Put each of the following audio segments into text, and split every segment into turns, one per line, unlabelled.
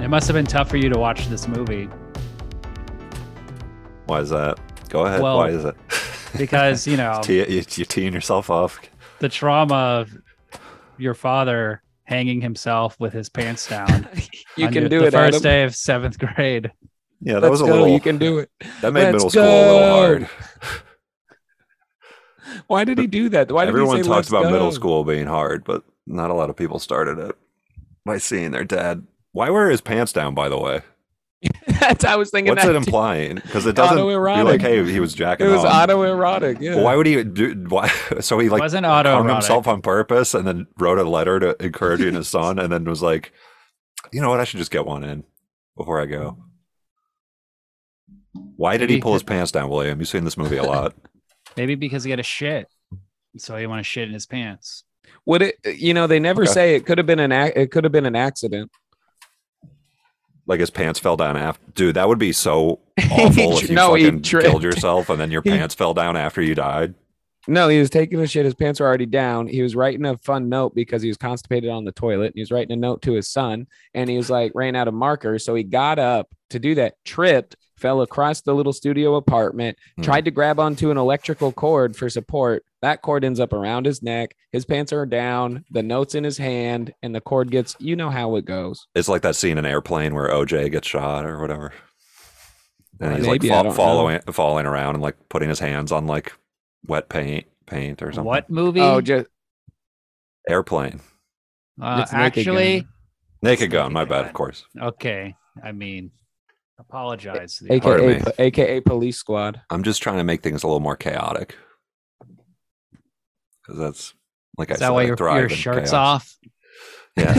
It must have been tough for you to watch this movie
Why is that? Go ahead.
Well,
Why is it?
because, you know,
Tee- you- You're teeing yourself off.
the trauma of your father hanging himself with his pants down.
You
on
can
your-
do
the
it,
first
Adam.
day of seventh grade.
Yeah, that
Let's
was a
go.
little.
You can do it.
that made
Let's
middle school a little
go.
hard.
Why did he do that? Why did
Everyone
he say,
talks
"Let's
about middle
go"?
school being hard, but not a lot of people started it by seeing their dad. Why wear his pants down? By the way,
That's I was thinking.
what's
that
it
too.
implying? Because it doesn't. You're like,
Autoerotic.
hey, he was jacking
It was
off.
autoerotic. Yeah.
Well, why would he do? Why? So he like
Wasn't
hung
autoerotic.
himself on purpose, and then wrote a letter to encouraging his son, and then was like, you know what? I should just get one in before I go. Why did he
Maybe
pull his
he-
pants down, William? You've seen this movie a lot.
Maybe because he had a shit. So he wanted shit in his pants.
Would it? You know, they never
Okay.
say it could have been an. ac- It could have been an accident.
like his pants fell down after. Dude, that would be so awful if you
No, he
fucking
tripped.
killed yourself and then your
He-
pants fell down after you died.
No, he was taking a shit. His pants were already down. He was writing a fun note because he was constipated on the toilet. And he was writing a note to his son, and he was like ran out of markers, so he got up to do that. Tripped, fell across the little studio apartment,
Hmm.
tried to grab onto an electrical cord for support. That cord ends up around his neck. His pants are down. The notes in his hand, and the cord gets. You know how it goes.
It's like that scene in Airplane where OJ gets shot or whatever. And he's
Maybe, I
like fo-
don't know.
following, falling around and like putting his hands on like wet paint, paint or something.
What movie?
Oh, just
Airplane,
Uh,
It's Naked
actually,
Gun.
Naked
Naked
Gun. My bad,
Gun.
of course.
okay. I mean, apologize. to the
Pardon
AKA,
me.
po- AKA police squad.
I'm just trying to make things a little more chaotic because that's like
Is
I said,
that why
I
your,
thrive
your
in
shirt's
chaos.
off?
Yeah.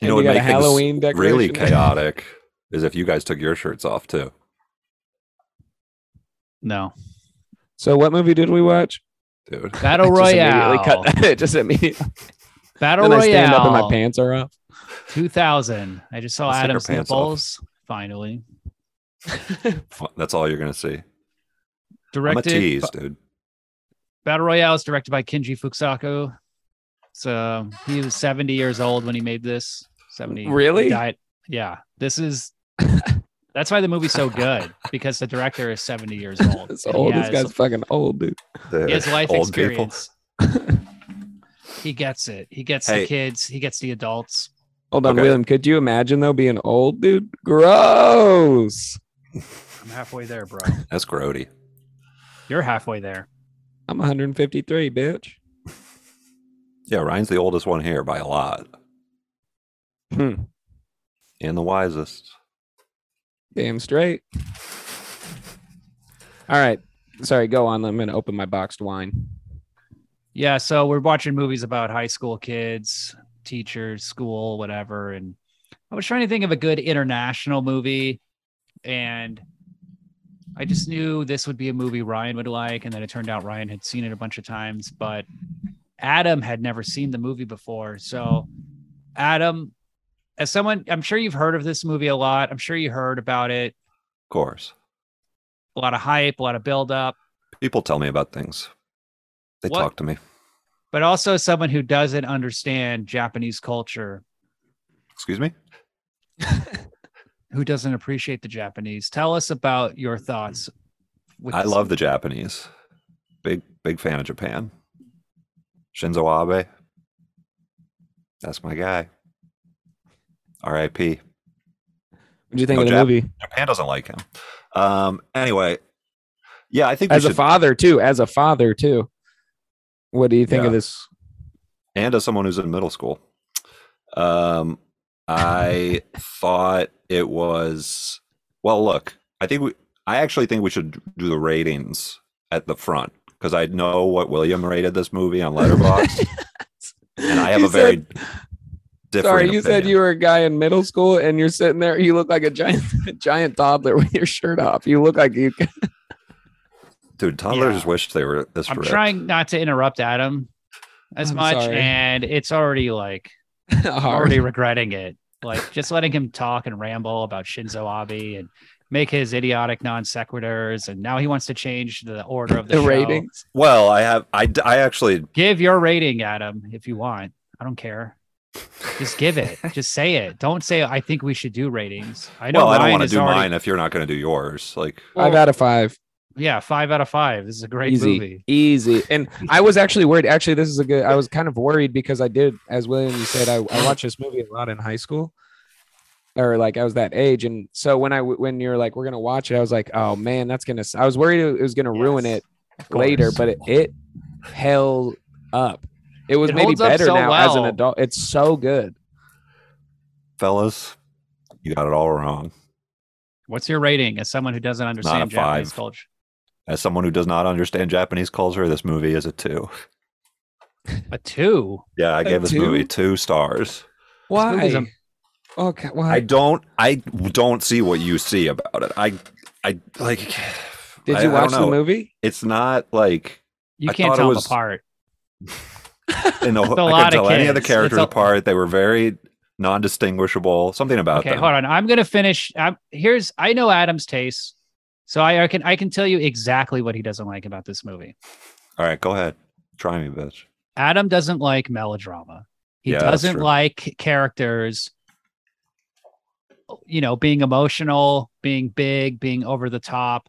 you know, what
we got a
make things
Halloween decoration.
really chaotic is if you guys took your shirts off too.
No.
So, what movie did we watch?
dude.
Battle Royale.
Just immediately cut. just immediately.
Battle
Then I
Royale.
stand up and
uh,
my pants are up.
2000. I just saw
Let's take our
Adam's
pants off.
nipples. Finally.
That's all you're gonna see. I'm a
Directed.
tease, dude.
Battle Royale is directed by Kenji Fusako. So he was 70 years old when he made this. 70.
Really?
he died- Yeah. This is. That's why the movie's so good because the director is 70 years old.
It's
and he
old. This
has-
guy's fucking old, dude.
He has life
Old
experience. he gets it. He gets
Hey.
the kids. He gets the adults.
Hold on,
Okay.
William. Could you imagine though being old, dude? Gross.
I'm halfway there, bro.
people. That's grody.
You're halfway there.
I'm 153, bitch.
Yeah, Ryan's the oldest one here by a lot,
Hmm.
and the wisest.
Damn straight. All right. Sorry, go on. I'm gonna open my boxed wine.
Yeah, so we're watching movies about high school kids, teachers, school, whatever. And I was trying to think of a good international movie, and I just knew this would be a movie Ryan would like. And then it turned out Ryan had seen it a bunch of times, but Adam had never seen the movie before. So, Adam, as someone, I'm sure you've heard of this movie a lot. I'm sure you heard about it.
Of course,
A lot of hype, a lot of buildup.
people tell me about things. They
What?
talk to me.
but also someone who doesn't understand Japanese culture,
Excuse me.
who doesn't appreciate the Japanese. Tell us about your
Mm-hmm.
thoughts. with
I
this-
love the Japanese. Big big fan of Japan. Shinzo Abe. That's my guy. R.I.P.
What'd you think
No
of the
Jap-
movie?
Japan doesn't like him. Um. Anyway, yeah, I think we
As a
should-
father, too. As a father, too. What do you think
Yeah.
of this?
and as someone who's in middle school um i thought it was well look i think we i actually think we should do the ratings at the front because i know what william rated this movie on letterboxd and i have
You
a very
said-
different
Sorry, you said
opinion.
you were a guy in middle school, and you're sitting there. You look like a giant, a giant toddler with your shirt off. You look like you.
dude toddlers
Yeah.
just wish they were this
I'm
ripped.
trying not to interrupt Adam as
I'm
much,
sorry.
and it's already like I'm already
Already,
regretting it. Like just letting him talk and ramble about Shinzo Abe and make his idiotic non sequiturs, and now he wants to change the order of the,
the
show.
ratings.
well i have i d- i actually
Give your rating, Adam, if you want. I don't care. Just give it. Just say it. Don't say I think we should do ratings. I know
well, I don't
Ryan
want to
is
do
already-
mine if you're not going to do yours. Like,
Five out of five.
Yeah, five out of five. This is a great
easy,
movie.
easy. And I was actually worried. Actually, this is a good. I was kind of worried because I did, as William you said, I, I watched this movie a lot in high school, or like I was that age. And so when I w- when you're like we're gonna watch it, I was like, oh man, that's gonna. s- I was worried it was gonna ruin
Yes,
it later, but it, it held up. It was
It
maybe
holds up
better
so
now as an
well.
adult. It's so good.
fellas, you got it all wrong.
What's your rating as someone who doesn't understand
a five.
Japanese culture?
As someone who does not understand Japanese culture, this movie is a two.
A two.
Yeah, I
A
gave this
two?
movie two stars.
Why?
movie's a-
okay. Why?
I don't. I don't see what you see about it. I. I like.
Did
I-
you
I don't
watch the
know.
movie?
It's not like
You
I
can't
thought it
tell
was-
them apart.
in the, I
It's a
couldn't
lot of
tell any of the
kids. It's
characters
a-
apart. They were very non-distinguishable. Something about
okay,
them.
hold on. I'm gonna finish. I'm, here's I know Adam's taste, so I, I can I can tell you exactly what he doesn't like about this movie.
All right, go ahead. Try me, bitch.
Adam doesn't like melodrama. He
Yeah, that's
doesn't
true.
like characters, you know, being emotional, being big, being over the top.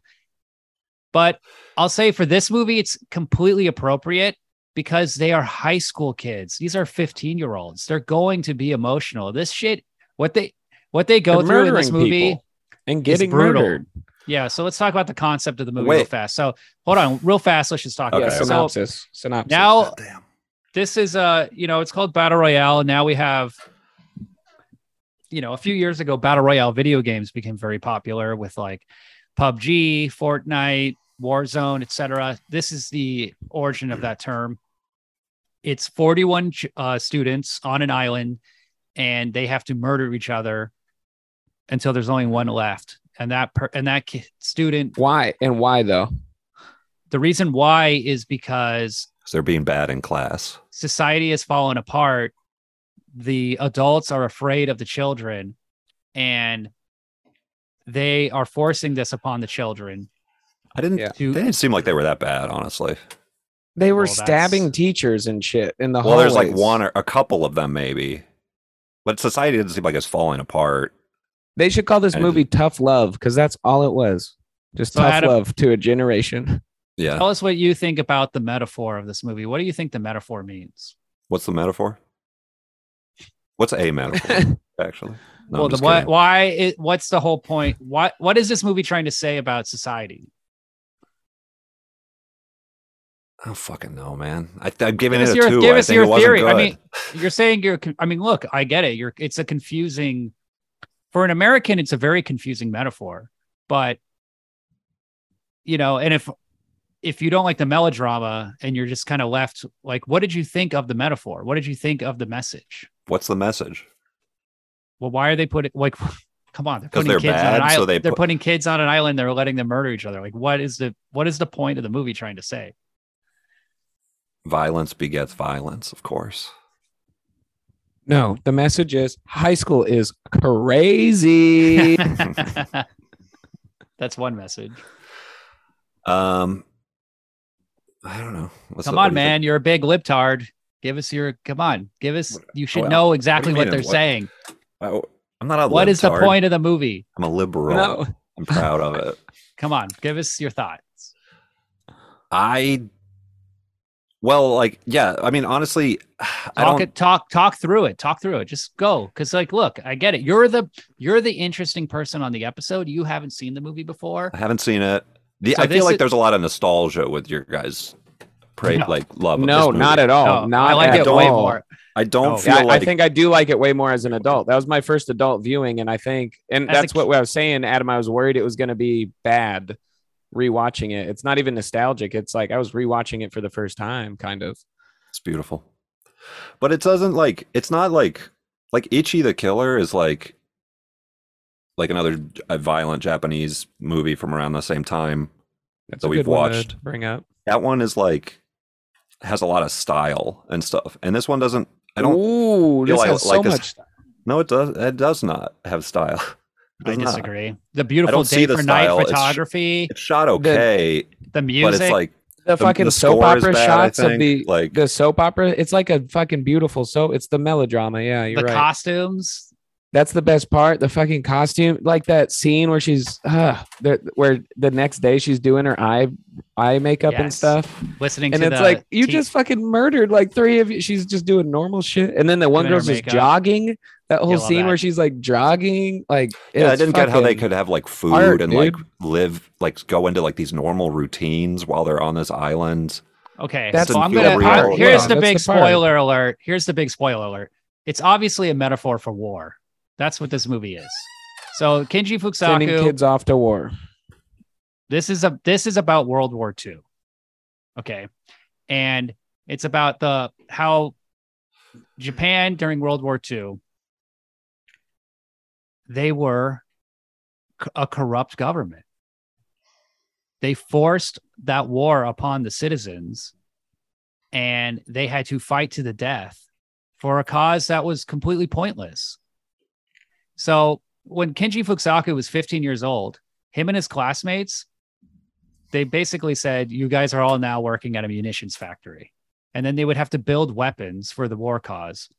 But I'll say for this movie, it's completely appropriate because they are high school kids. These are 15 year olds. They're going to be emotional. This shit, what they what they go
They're
through in this
murdering
movie.
people and getting
brutal.
murdered.
Yeah, so let's talk about the concept of the movie real
Wait.
fast. So hold on, real fast. Let's just talk
Okay,
yeah,
about it. So
synopsis. synopsis.
now
Damn.
this is uh, you know, it's called Battle Royale. Now we have, you know, a few years ago, Battle Royale video games became very popular with like PUBG, Fortnite, Warzone, etc. This is the origin of that term. It's 41 ch- uh, students on an island, and they have to murder each other until there's only one left. And that per- and that ki- student
why and why though?
The reason why is because
'Cause They're being bad in class.
society has fallen apart. The adults are afraid of the children and they are forcing this upon the children
I didn't.
Yeah.
They
to
didn't seem like they were that bad, honestly.
They were
Well, that's-
stabbing teachers and shit in the
Well, there's like
hallways.
one or a couple of them, maybe. But society doesn't seem like it's falling apart.
They should call this
And-
movie Tough Love because that's all it was. Just
So
tough
Adam-
love to a generation.
Yeah.
tell us what you think about the metaphor of this movie. What do you think the metaphor means?
What's the metaphor? What's a metaphor? actually, No, I'm
well, the
just
why,
kidding.
why it, what's the whole point? What what is this movie trying to say about society?
I don't fucking know, man. I, I'm giving
Give
it
us
a
your-
two.
give
I
us
think
your
it wasn't
theory. I
good.
mean, You're saying you're con- I mean, look, I get it. You're it's a confusing for an American, it's a very confusing metaphor. But you know, and if if you don't like the melodrama and you're just kind of left like what did you think of the metaphor? What did you think of the message?
what's the message?
Well, why are they putting like come on, they're
'Cause
putting
they're
kids on an
bad, so
island.
they
they are
put-
putting kids on an island, they're letting them murder each other. Like what is the what is the point of the movie trying to say?
Violence begets violence, of course.
No, the message is high school is crazy.
That's one message.
Um, I don't know. What's
come
the- what
on,
do you think?
man. You're a big libtard. Give us your come on. Give us you should
well,
know exactly
mean
what
and
they're
what-
saying.
I, am Oh, not a.
What is the
libtard.
point of the movie?
I'm a liberal.
no,
I'm proud of it.
Come on, give us your thoughts.
I. Well, like, yeah. I mean, honestly, I
Talk
don't.
it, talk, talk through it. Talk through it. Just go. Cause like, look, I get it. You're the you're the interesting person on the episode. You haven't seen the movie before.
I haven't seen it. The,
So
I
this
feel like
is-
there's a lot of nostalgia with your guys. Pray
No.
like love. of
no
this movie.
not at
Oh,
all.
No,
not
Oh, I like
at
it
all.
way more.
I don't
No.
feel
Oh, Yeah, I-
like.
I think I do like it way more as an adult. That was my first adult viewing, and I think, and
As a
that's what I was saying, Adam. I was worried it was going to be bad. Rewatching it, it's not even nostalgic. It's like I was rewatching it for the first time, kind of.
It's beautiful. But it doesn't like it's not like like Itchy the Killer is like like another j- a violent Japanese movie from around the same time.
That's
that
a
we've
good one to
watched.
Bring up.
That one is like has a lot of style and stuff. And this one doesn't I don't
Ooh,
feel
this
I
has so
like this.
much.
no it does it does not have style. It
I
does not.
disagree. The beautiful
don't see
day
the
for night
style. It's-
photography,
It's shot okay,
the
but
music.
it's like
The, fucking soap
score is
opera
bad, I
shots of
think.
the
like
the soap opera. It's like a fucking beautiful soap. It's the melodrama. Yeah, you're
the
right.
costumes.
That's the best part. The fucking costume, like that scene where she's uh, the, where the next day she's doing her eye eye makeup and
Yes.
stuff,
Listening
and
to
it's
the
like you
teen-
just fucking murdered like three of you. She's just doing normal shit, and then the one
Doing her
girl's just
makeup.
jogging. That whole
love
scene where
that.
she's like jogging, like
yeah, I
it's
didn't get how they
fucking-
could have like food
art,
and like live like go into like these normal routines while they're on this island.
Okay,
That's
so I'm
the
gonna.
real
I-
world.
here's
Yeah,
the
that's
big
the part.
spoiler alert. Here's the big spoiler alert. It's obviously a metaphor for war. That's what this movie is. So Kenji
sending
Fukasaku,
kids off to war.
this is a this is about World War II. Okay, and it's about the how Japan during World War II they were c- a corrupt government. They forced that war upon the citizens and they had to fight to the death for a cause that was completely pointless. So when Kenji Fukasaku was 15 years old, him and his classmates, they basically said, You guys are all now working at a munitions factory. And then they would have to build weapons for the war cause.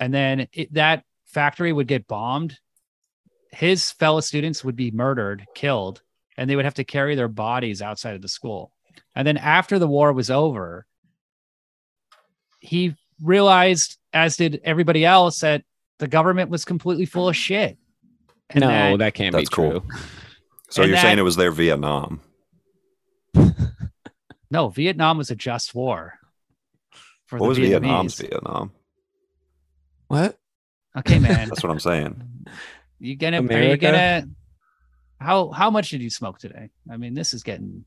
And then it, that factory would get bombed. His fellow students would be murdered, killed, and they would have to carry their bodies outside of the school. And then after the war was over, he realized, as did everybody else, that the government was completely full of shit. And
no,
that-
that, can't
That's
be
cool.
true.
So
And
you're
that-
saying it was their Vietnam?
No, Vietnam was a just war. For
What was
Vietnamese.
Vietnam's Vietnam?
What?
Okay, man.
That's what I'm saying.
you gonna are you
America?
gonna how how much did you smoke today? I mean, this is getting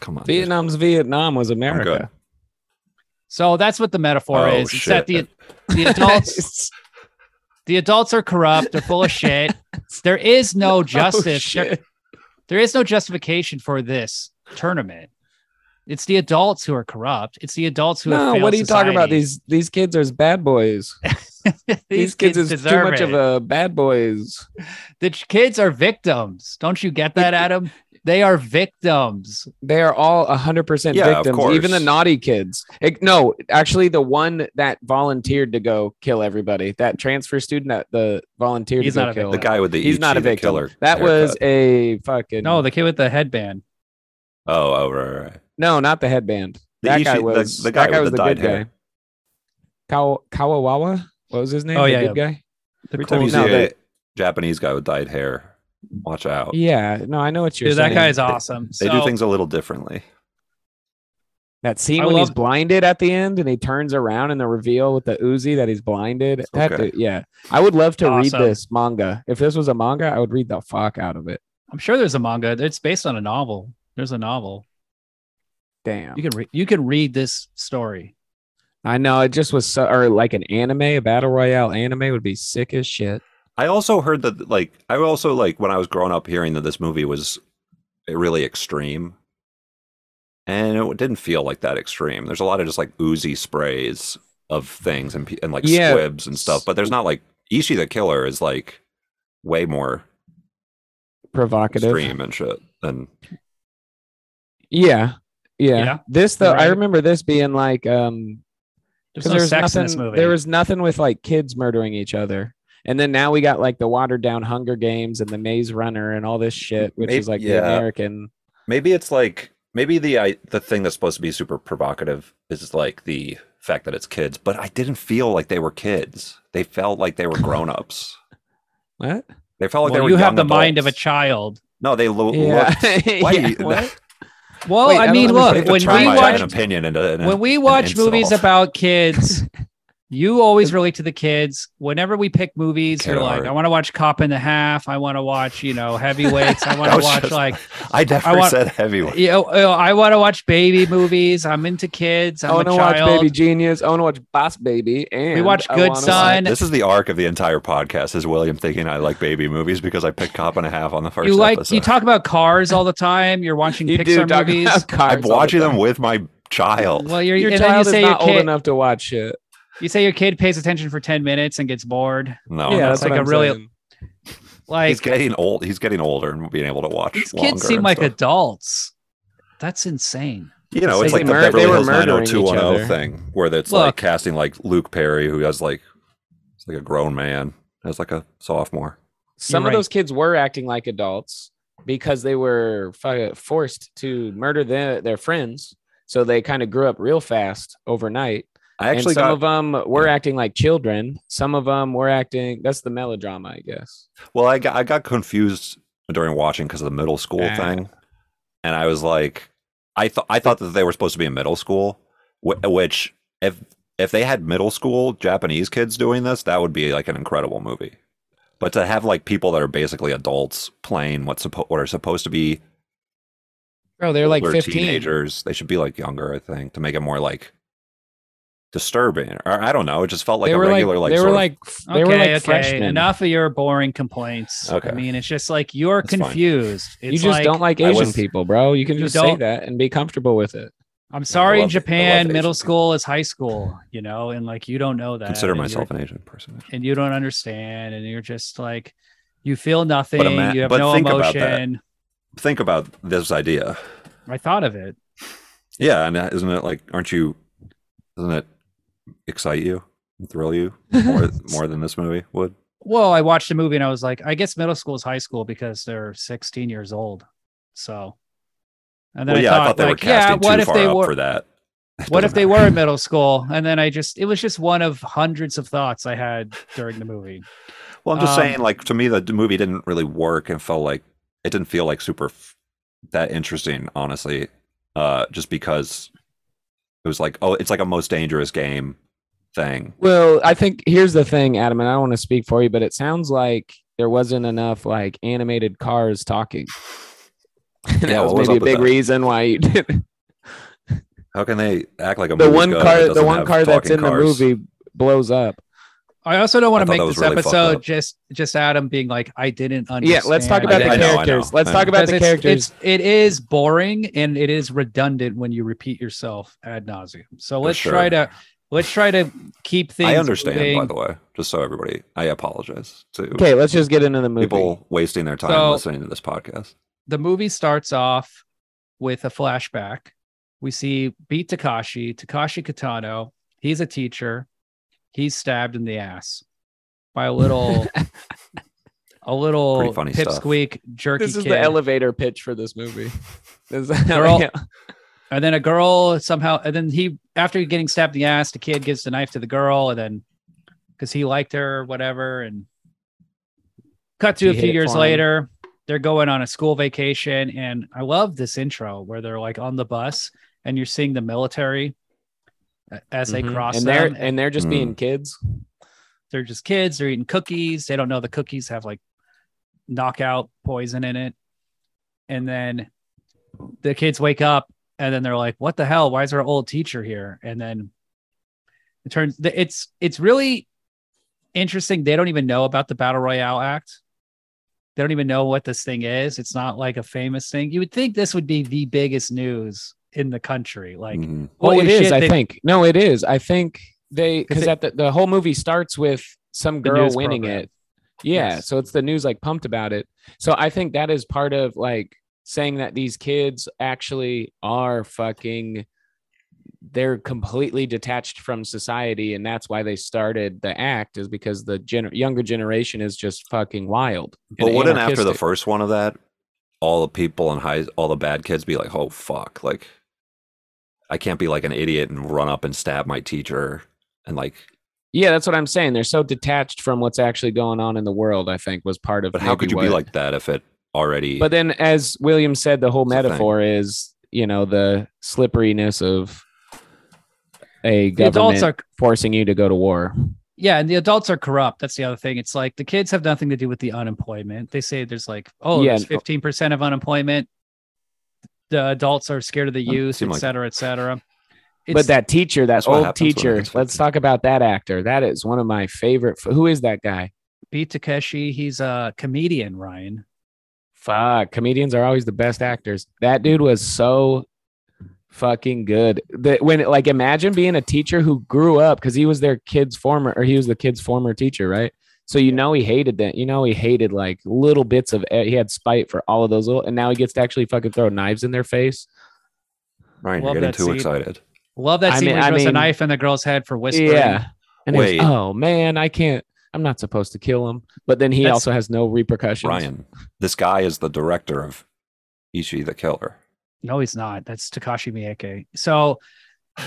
Come on, dude.
Vietnam's Vietnam was America.
so that's what the metaphor
Oh,
is. It's that the
shit.
the adults the adults are corrupt, they're full of shit. There is no justice.
Oh,
there,
shit.
there is no justification for this tournament. It's the adults who are corrupt. It's the adults who have
no,
failed
what are you talking about?
society.
These these kids are bad boys.
these,
These, kids, is too
deserve
much of
it.
a bad boys.
The ch- kids are victims. Don't you get that, Adam? They are victims.
They are all hundred percent
Yeah, of
victims.
course.
Even the naughty kids. It- no, actually, the one that volunteered to go kill everybody. That transfer student that the volunteered
He's
to go
not a
kill.
The guy with the
He's not
Ichi
a
the
victim.
killer.
that was
haircut.
a fucking
No, the kid with the headband.
oh oh right right, right.
no, not the headband.
The
that
Ichi-
guy
the-
was
the guy
that guy
with
was
the
the good
dyed hair.
guy. Kawa- Kawawa. What was his name?
Oh,
the
yeah,
good guy.
The
Every time you
coolest-
see
No,
a
that-
Japanese guy with dyed hair, watch out.
Yeah, no, I know what you're
Dude, that
saying.
guy's awesome.
They
so,
do things a little differently.
That scene
I
when he's
love-
blinded at the end and he turns around in the reveal with the Uzi that he's blinded. That
Okay.
dude- yeah, I would love to
Awesome.
read this manga. If this was a manga, I would read the fuck out of it.
I'm sure there's a manga. It's based on a novel. There's a novel.
Damn,
You can read. You can read this story.
I know it just was so, or like an anime, a battle royale anime would be sick as shit.
I also heard that like I also like when I was growing up hearing that this movie was really extreme. And it didn't feel like that extreme. There's a lot of just like oozy sprays of things and pe- and like
Yeah.
squibs and stuff, but there's not like Ishi the Killer is like way more
Provocative.
extreme and shit. And
Yeah, yeah.
Yeah,
This though,
you're
I
right.
remember this being like um
There's
'Cause
no
there was
sex
nothing,
in this movie.
There was nothing with like kids murdering each other. And then now we got like the watered down Hunger Games and the Maze Runner and all this shit, which
Maybe-
is like the
yeah.
American.
maybe it's like maybe the I, the thing that's supposed to be super provocative is like the fact that it's kids, but I didn't feel like they were kids. They felt like they were grown-ups.
What?
They felt like
Well,
they were
you have the
young
mind of a
adults.
child.
No, they lo-
Yeah.
looked. Why
Yeah,
you,
what?
Well,
Wait, I
I
don't
mean, look
they
understand.
when
have to
we
But
turn
we
my
watch
an opinion uh, into an,
when we watch
insult.
movies about kids, you always relate to the kids. Whenever we pick movies,
Kid
you're
at
like,
heart.
I want to watch Cop and a Half. I want to watch, you know, Heavyweights. I want
That
to
was
watch
just-
like
I never
I want-
said heavyweight.
you know, uh, I want to watch baby movies. I'm into kids.
I
I'm a
want to watch
child.
Baby Genius. I want to watch Boss Baby. And
watch
I
Good
wanna
Son.
This is the arc of the entire podcast. Is William thinking I like baby movies because I picked Cop and a Half on the first
you like
episode?
you talk about cars all the time. You're watching
You do
Pixar
talk
movies.
about cars
I'm
all the
watching
time.
them with my child.
Well, you're
Your
and then you
child
say
is
your
not old
kid
enough to watch it.
you say your kid pays attention for ten minutes and gets bored.
Oh, No,
yeah,
no.
that's
that's like
like
I'm
a really-
saying.
Like
he's getting old. He's getting older and being able to watch.
these
longer
kids seem
and
like
stuff.
adults. That's insane.
You know,
So
it's
they
like the
mur- they
Beverly
were
Hills
murdering each
90210
other.
thing where it's
Look.
like casting like Luke Perry, who has like it's like a grown man as like a sophomore.
Some
You're
of those kids were acting like adults because they were fu- forced to murder their, their friends. So they kind of grew up real fast overnight.
I actually
and some
got
of them were acting like children. Some of them were acting. That's the melodrama, I guess.
well, I got I got confused during watching because of the middle school
Ah.
thing, and I was like, I thought I thought that they were supposed to be in middle school, wh- which if if they had middle school Japanese kids doing this, that would be like an incredible movie. But to have like people that are basically adults playing what's suppo- what are supposed to be
Bro, they're like
older
15.
teenagers. They should be like younger, I think, to make it more like disturbing. Or I don't know. It just felt like
they
a
were
regular
like,
like,
they
sort
were
of-
like
Okay,
they were like
okay.
freshmen.
Enough of your boring complaints.
Okay.
I mean, it's just like you're
That's fine.
confused. It's
You just don't like
I
Asian
was-
people, bro. You can
You
just say
don't-
that and be comfortable with it.
I'm sorry. in
I love- I love
Japan,
Asian
middle
people.
school is high school, you know, and like you don't know that.
consider
and you're-
myself an Asian person.
and you don't understand, and you're just like, you feel nothing.
ima-
you have
but
no
think about that.
emotion.
Think about this idea.
I thought of it.
Yeah, and that- isn't it like? Aren't you? Doesn't it excite you, and thrill you more more than this movie would?
Well, I watched a movie and I was like, I guess middle school is high school because they're 16 years old. So, and then
well,
I
yeah,
thought,
I thought they
like,
were casting
yeah, what
too
if
far
they
up
were?
for that. It
what if
doesn't
they
matter.
were in middle school? And then I just, it was just one of hundreds of thoughts I had during the movie.
Well, I'm just
Um,
saying, like to me, the movie didn't really work and felt like it didn't feel like super f- that interesting, honestly. Uh, just because it was like, oh, it's like a most dangerous game thing.
Well, I think here's the thing, Adam, and I don't want to speak for you, but it sounds like there wasn't enough like animated cars talking. And
Yeah,
that was
what was
maybe a
up with
big
that?
reason why you did
How can they act like a
the
movie's
one
good if it
car the
doesn't
one
have
car that's
talking
in
cars?
the movie blows up.
I also don't
I
want to
thought
make
that was
this
really fucked
episode
up.
just, just Adam being like, I didn't
Yeah,
understand.
let's talk about
I
the
know, I know,
characters. Let's
I
talk
know.
about the
Because it's-
characters.
It's, it is boring and it is redundant when you repeat yourself ad nauseum. So
For
let's
sure.
try to let's try to keep things.
I understand,
moving.
by the way, just so everybody, I apologize to
okay, let's just get into the movie.
people wasting their time
So-
listening to this podcast.
the movie starts off with a flashback. We see Beat Takashi, Takashi Kitano. He's a teacher. He's stabbed in the ass by a little, a little
Pretty funny stuff.
pipsqueak jerky
this is
kid.
the elevator pitch for this movie. This is how
They're all-
yeah.
and then a girl somehow, and then he, after getting stabbed in the ass, the kid gives the knife to the girl, and then because he liked her, or whatever, and cut to
He
a
hit
few
it
years
for him.
later. They're going on a school vacation, and I love this intro where they're like on the bus, and you're seeing the military a- as they
Mhm.
cross
and
them,
they're
and
and they're just
Mm.
being kids.
they're just kids. They're eating cookies. They don't know the cookies have like knockout poison in it. And then the kids wake up and then they're like, "What the hell? Why is our old teacher here?" And then it turns. It's it's really interesting. They don't even know about the battle royale act. They don't even know what this thing is. It's not like a famous thing. You would think this would be the biggest news in the country. Like,
Mhm.
Mm. Well,
holy
it is.
shit,
I
they-
think no, it is. I think they because
it-
at the, the whole movie starts with some
The
girl
news
winning
program.
it. Yeah,
Yes.
so it's the news like pumped about it. So I think that is part of like saying that these kids actually are fucking. They're completely detached from society, and that's why they started the act is because the gener- younger generation is just fucking wild.
But
and
wouldn't after the
anarchistic.
first one of that, all the people in high, all the bad kids be like, oh, fuck, like, I can't be like an idiot and run up and stab my teacher and like
Yeah, that's what I'm saying. They're so detached from what's actually going on in the world. I think was part of.
But how
maybe
could you
what-
be like that if it already?
But then, as William said, the whole
It's a thing.
metaphor is you know the slipperiness of a
the adults
government
are
forcing you to go to war.
Yeah, and the adults are corrupt. That's the other thing. It's like the kids have nothing to do with the unemployment. They say there's like, oh,
Yeah,
there's
no.
fifteen percent of unemployment. The adults are scared of the
Doesn't
youth,
seem
et
like-
cetera, et cetera.
but that teacher, that
that's what
old
happens when it
teacher,
gets
let's
fixed.
talk about that actor. That is one of my favorite. f- Who is that guy?
Pete Takeshi, he's a comedian, Ryan.
Fuck, comedians are always the best actors. That dude was so fucking good. That when like imagine being a teacher who grew up because he was their kid's former or he was the kid's former teacher, right? So you know he hated that. You know he hated like eh, little bits of. He had spite for all of those little, and now he gets to actually fucking throw knives in their face.
Ryan,
Love
you're getting
that
too
scene.
excited.
Love that
I
scene
mean-
where he
I
throws a
mean-
knife in the girl's head for whispering.
Yeah. And he
Wait.
goes, oh man, I can't. I'm not supposed to kill him. But then he
That's-
also has no repercussions.
Ryan, this guy is the director of Ishi the Killer.
No, he's not. That's Takashi Miike. So,
Fu-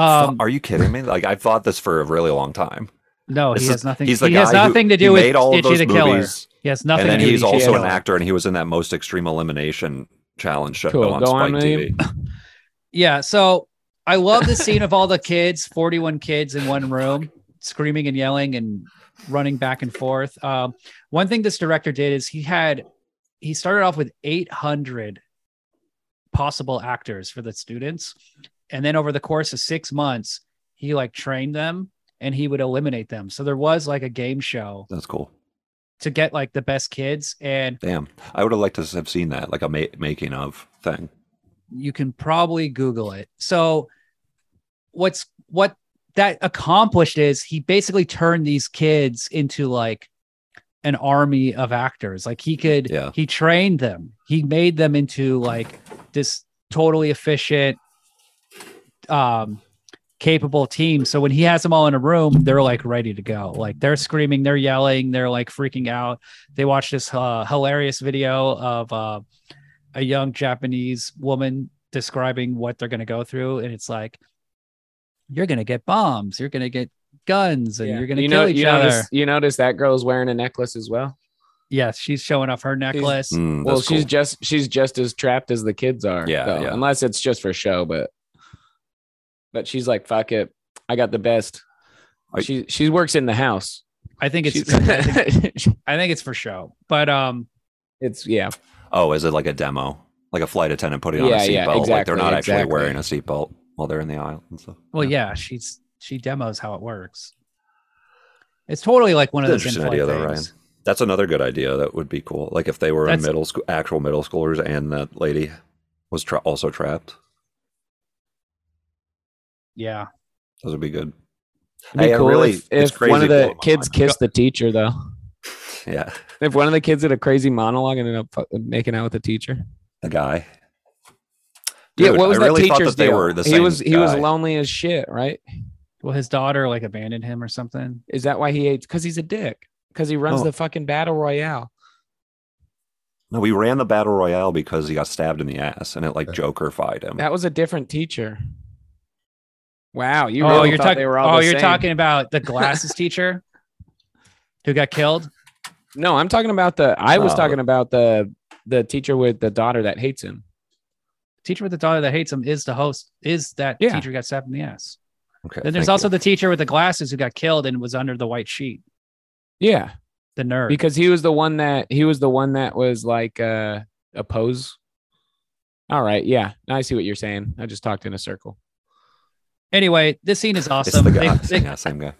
um,
Are you kidding me? Like I've thought this for a really long time.
no, he
this is-
has nothing.
He's the
he
guy
has
who-
nothing to
he
do with
made all of
Itchy
those
the Killer.
movies,
He has nothing
and then
to do
he's
with E Itchy the
also an
Killer.
actor, and he was in that Most Extreme Elimination Challenge show
Cool,
on
go
Spike
on, William.
TV.
Yeah. So I love the scene of all the kids, 41 kids in one room, screaming and yelling and running back and forth. Um, one thing this director did is he had, he started off with 800 possible actors for the students. And then over the course of six months, he like trained them and he would eliminate them. So there was like a game show
That's cool.
to get like the best kids. And
Damn, I would have liked to have seen that, like a ma- making of thing.
you can probably google it so what's what that accomplished is he basically turned these kids into like an army of actors like he could
Yeah.
he trained them he made them into like this totally efficient um capable team so when he has them all in a room they're like ready to go like they're screaming they're yelling they're like freaking out they watched this uh, hilarious video of uh, a young Japanese woman describing what they're going to go through, and it's like, you're going to get bombs, you're going to get guns, and
Yeah.
you're going to
You
kill
know-
each
you
other.
Notice, you notice that girl's wearing a necklace as well.
yes, she's showing off her necklace.
Mm,
well,
that's
she's
cool.
just she's just as trapped as the kids are.
Yeah,
though,
yeah.
Unless it's just for show, but but she's like, fuck it, I got the best.
Are-
She she works in the house.
I think it's,
She's-
I think it's for show, but um,
it's yeah.
oh, is it like a demo, like a flight attendant putting on a
Yeah,
seatbelt? like
yeah,
they're
exactly,
not actually
exactly.
wearing a seatbelt while they're in the aisle and stuff.
well, yeah, she's she demos how it works. It's totally like one of
It's
those
an
in-flight
interesting idea, though,
things.
That's another good idea. That would be cool. Like if they were in
That's-
middle school, actual middle schoolers, and that lady was tra- also trapped.
Yeah,
Those would be good.
It'd be
Hey, I
cool
really-
if,
it's
if one
crazy
of the
blowing my
kids
mind.
kissed the teacher though.
Yeah,
If one of the kids had a crazy monologue and ended up fu- making out with the teacher.
the guy.
yeah,
Dude,
what was
I
that
really thought
teacher's
that they
deal?
were the
he
same
was he was
guy.
lonely as shit, right?
well, his daughter like abandoned him or something.
Is that why he hates? Because he's a dick. Because he runs
Oh.
the fucking battle royale.
No, we ran the battle royale because he got stabbed in the ass, and it like Jokerfied him.
That was a different teacher. Wow, you
oh,
really
you're
thought
talking.
they were all
Oh,
the
you're
same.
talking about the glasses teacher who got killed.
No, I'm talking about the. I was
Oh.
No.
talking about the the teacher with the daughter that hates him.
teacher with the daughter that hates him is the host is that
Yeah.
teacher got stabbed in the ass
okay,
then there's
thank
also
you.
the teacher with the glasses who got killed and was under the white sheet
Yeah,
the nerd
because he was the one that he was the one that was like uh oppose. All right, yeah, now I see what you're saying. I just talked in a circle.
anyway this scene is
It's
awesome
the
They-
guy.
they-
yeah, same guy.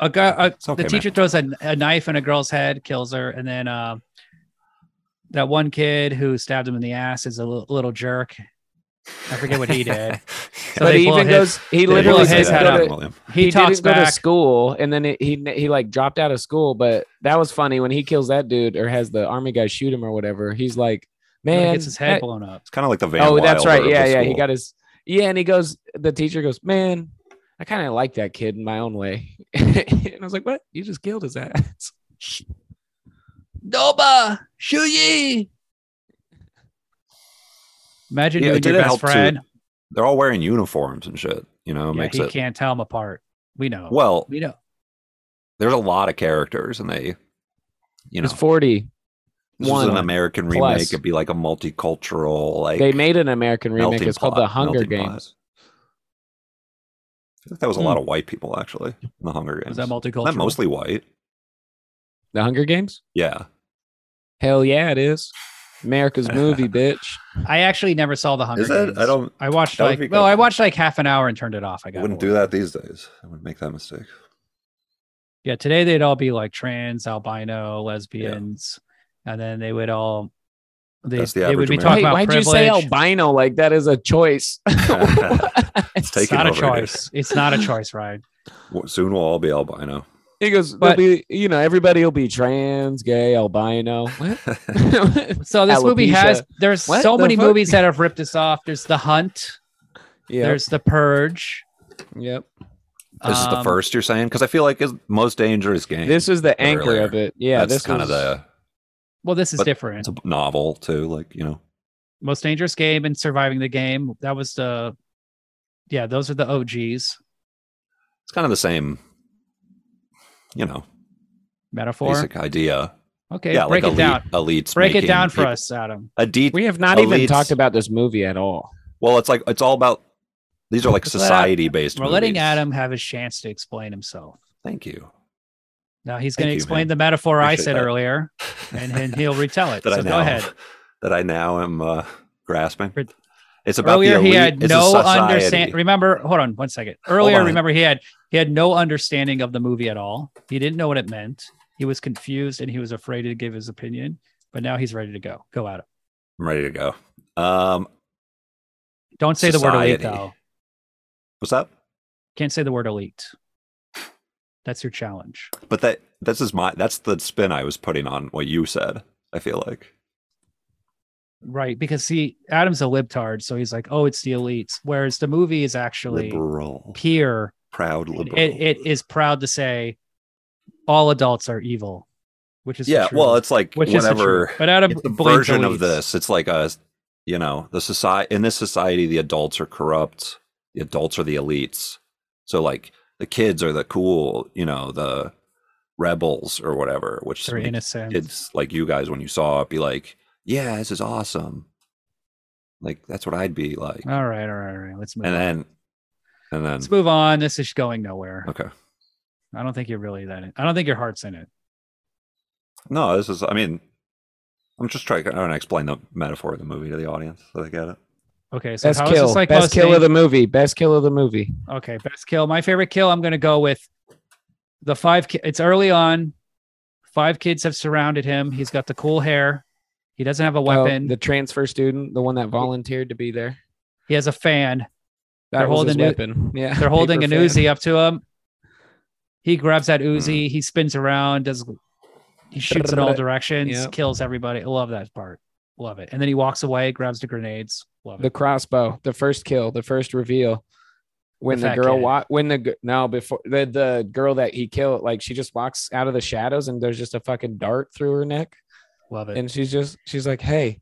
a guy, a,
It's okay,
the
man.
teacher throws a, a knife in a girl's head kills her and then uh, that one kid who stabbed him in the ass is a li- little jerk i forget what he did So
but
they
he
blow
even
his-
goes. He
blow
literally
his
didn't
head
go
out.
to-
William.
he, talks
didn't go to
back
school, and then it, he he like dropped out of school. But that was funny when he kills that dude or has the army guy shoot him or whatever. He's like,
and
man,
gets his head
that-
blown up
It's kind of like the Van.
oh, that's
Wilder
right,
of the
yeah, yeah. He
school.
got his yeah, and he goes. The teacher goes, man, I kind of like that kid in my own way. and I was like, what? You just killed his ass.
Doba, Shuyi. Imagine
Yeah,
you
it
and your
didn't
best
help too.
friend.
They're all wearing uniforms and shit. You know,
Yeah,
makes
he
it
can't tell them apart. We know.
well.
we know.
There's a lot of characters, and they, you know,
He's forty.
this was an
one
American
plus.
remake. It'd be like a multicultural, like
They made an American remake.
melting
It's called
pot-
The Hunger
melting pot.
Games.
I feel like that was a
Hmm.
lot of white people actually in the Hunger
Was
Games.
that multicultural?
Not mostly white.
The Hunger Games?
Yeah.
Hell yeah, it is. America's movie, bitch.
I actually never saw the Hunger
Is that?
Games.
I don't.
I watched
that would
like
be
well,
cool.
I watched like half an hour and turned it off. I
I
got
wouldn't
bored.
do that these days. I wouldn't make that mistake.
Yeah, today they'd all be like trans, albino, lesbians, and then they would all they,
That's the
they would
average
be
American.
talking
Wait,
about
why'd
privilege.
you say albino? Like that is a choice.
it's
it's
taking
not a
over, dude.
choice. It's not a choice, Ryan.
W- Soon we'll all be albino.
He goes,
But-
but, be, you know, everybody will be trans, gay, albino. What?
So this movie has
Alopecia.
there's
What
so
the
many
fuck?
movies that have ripped us off. There's The Hunt.
Yep.
There's The Purge.
yep.
This is the
Um,
first you're saying because I feel like is most dangerous game.
This is the anchor
earlier.
of it. Yeah.
that's
this
kind
was-
of the
Well, this is
but-
different.
it's a novel too. Like you know,
Most Dangerous Game and Surviving the Game. That was the, yeah, those are the OGs
it's kind of the same. You know,
metaphor.
basic idea.
Okay,
yeah,
break
like
it down.
elite, elites.
Break it
making
down for
people-
us, Adam.
A deep.
We have not even
Elites.
talked about this movie at all.
Well, it's like it's all about. These are like
Let's let Ad-
society based.
We're letting Adam have his chance to explain himself.
Thank you.
Now he's
Thank
going to
you,
explain
man.
the metaphor I
Appreciate
said
that.
earlier, and then he'll retell it.
that I
so
now
go ahead.
that I now am uh, grasping.
But
It's about the
earlier
elite.
he had
it's a
no
society.
understand. Remember, hold on one second. Earlier,
on.
remember he had he had no understanding of the movie at all. He didn't know what it meant. He was confused and he was afraid to give his opinion. But now he's ready to go. Go at him.
I'm ready to go. Um,
Don't say the word
Society.
elite though.
what's up?
Can't say the word elite. That's your challenge.
But that this is my that's the spin I was putting on what you said. I feel like
Right, because see, Adam's a libtard, so he's like, "Oh, it's the elites." Whereas the movie is actually
liberal,
pure.
proud
It,
liberal.
it is proud to say all adults are evil, which is the
yeah, well,
truth.
it's like
which is the
whatever.
truth. But Adam
it's the
believes
version
elites.
of this. It's like a, you know, the society in this society, the adults are corrupt. The adults are the elites. So like the kids are the cool, you know, the rebels or whatever. Which
They're
makes
innocent.
kids like you guys when you saw it be like, yeah, this is awesome. Like that's what I'd be like.
All right, all right, all right. Let's move
and
on.
then, and then,
Let's move on. This is going nowhere.
okay.
I don't think you're really that. In- I don't think your heart's in it.
No, this is. I mean, I'm just trying. I want to explain the metaphor of the movie to the audience so they get it.
Okay, so
Best
how is
kill.
this like
Best
most
kill of
things-
the movie. Best kill of the movie.
Okay, best kill. My favorite kill. I'm going to go with the five. Ki- it's early on. Five kids have surrounded him. He's got the cool hair. He doesn't have a
Oh,
weapon.
the transfer student, the one that volunteered to be there.
he has a fan.
That
They're
was his
holding a-
weapon. Yeah.
They're holding an
Paper fan.
Uzi up to him. He grabs that Uzi.
Mm.
He spins around. Does he shoots in all directions?
Yep.
Kills everybody. I love that part. Love it. And then he walks away. Grabs the grenades. Love it.
the crossbow, the first kill, the first reveal. When
The
the,
fat
girl
kid.
wa- when the g- no before the the girl that he killed, like she just walks out of the shadows and there's just a fucking dart through her neck,
Love it.
and she's just she's like, "Hey,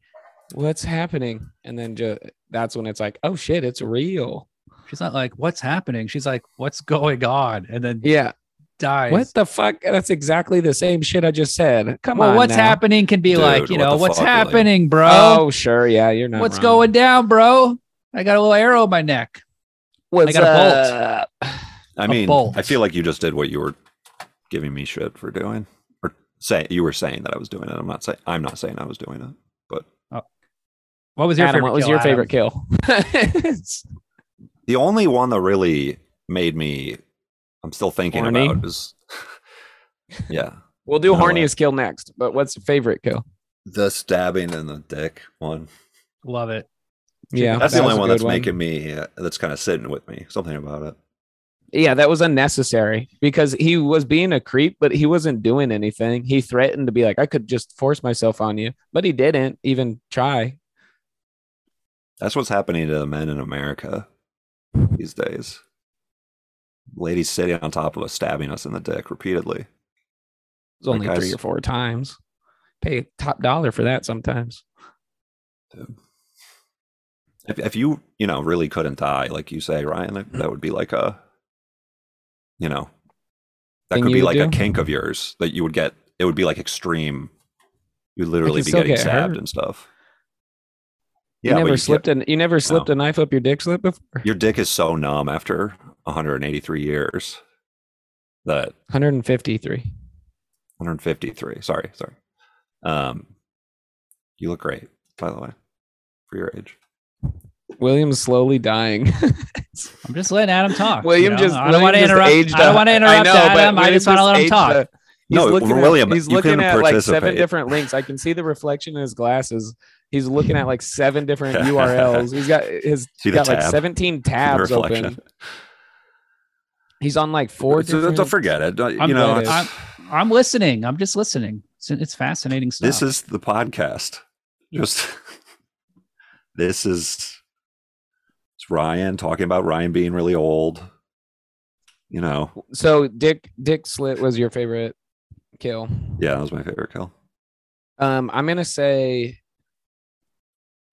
what's happening?" And then just that's when it's like, "Oh shit, it's real."
She's not like, what's happening? She's like, what's going on? And then
Yeah,
dies.
what the fuck? That's exactly the same shit I just said. Come
well,
on,
what's
now.
happening can be
Dude,
like, you
what
know,
the
what's
fuck, William?
happening, bro?
Oh sure, yeah, you're not.
what's
wrong.
going down, bro? I got a little arrow in my neck.
What's
got a bolt.
up?
I
A
mean,
bolt.
I feel like you just did what you were giving me shit for doing, or say you were saying that I was doing it. I'm not saying I'm not saying I was doing it.
What was your
Adam,
favorite
what was
kill,
your
Adam?
favorite kill?
The only one that really made me, I'm still thinking
Horny?
about is, yeah,
we'll do
You know what?
horniest kill next, but what's your favorite kill?
the stabbing in the dick one.
Love it.
Yeah,
That's
that
the
was
only
a
one
good
that's making me. Uh, that's kind of sitting with me. Something about it.
Yeah, that was unnecessary because he was being a creep, but he wasn't doing anything. He threatened to be like, "I could just force myself on you," but he didn't even try.
That's what's happening to the men in America these days. Ladies sitting on top of us, stabbing us in the dick repeatedly.
It was only
Like I
three
s-
or four times. Pay top dollar for that sometimes.
If, if you, you know, really couldn't die, like you say, Ryan, that, that would be like a, you know, that
Thing
could
you
be
would
like a
do?
kink of yours that you would get. It would be like extreme. You'd literally
could
be
still
getting
get
stabbed
hurt.
and stuff.
you
but
never
get-
slipped an you never slipped a knife up your dick slip before.
your dick is so numb after 183 years that
153.
153. Sorry, sorry. Um, you look great, by the way, for your age.
William's slowly dying.
I'm just letting Adam talk. you
William
know?
just
I don't want to
William just
interrupt.
aged
I don't
up.
want to interrupt
know, but
Adam. I
William
just want to let him
aged
talk.
up. He's
No,
looking at,
William,
he's
you
looking
couldn't
at like seven
participate.
different links. I can see the reflection in his glasses. He's looking at like seven different URLs. He's got his
See
he's
the
got like
tab?
17 tabs
reflection.
open. He's on like four
So
different.
don't forget it. Don't- You
I'm
know,
glad
it's-
I'm listening. I'm just listening. It's, it's fascinating stuff.
this is the podcast. Just this is it's Ryan talking about Ryan being really old. You know,
So Dick Dick Slit was your favorite kill.
yeah, that was my favorite kill.
Um, I'm gonna say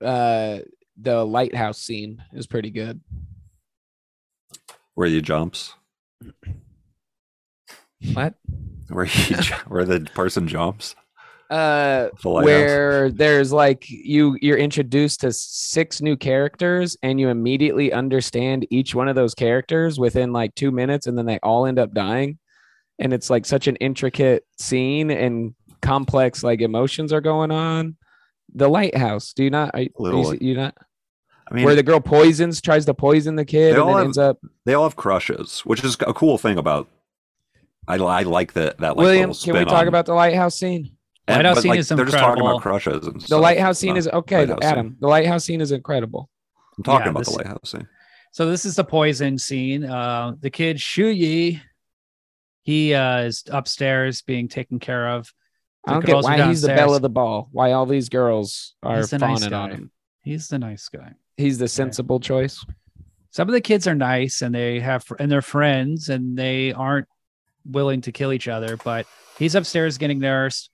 uh the lighthouse scene is pretty good.
Where he jumps,
What?
where he, ju- where the person jumps.
Uh
The lighthouse.
where there's like you you're introduced to six new characters and you immediately understand each one of those characters within like two minutes and then they all end up dying and it's like such an intricate scene and complex like emotions are going on the lighthouse do you not are, you- are
Little-
you, s- you not
I mean,
where the girl poisons tries to poison the kid
They
and
all
then
have-
ends up
they all have crushes, which is a cool thing about. I, li- I like that that like
william
little
can we
spin
talk
on-
about the lighthouse scene
and-
Lighthouse
but,
scene
like,
is
They're just talking
incredible.
about crushes and
the
stuff.
lighthouse scene
No,
is okay
uh, lighthouse scene.
adam the lighthouse scene is incredible
I'm talking
Yeah,
about
this-
the lighthouse scene.
So this is the poison scene. Uh, the kid Shuyi, he uh, is upstairs being taken care of. The
I don't get
girls are
why he's the belle
downstairs.
of the ball. Why all these girls are
He's a nice
fawning on
guy.
him.
He's the nice guy.
He's the sensible choice.
Some of the kids are nice and they have and they're friends and they aren't willing to kill each other. But he's upstairs getting nursed.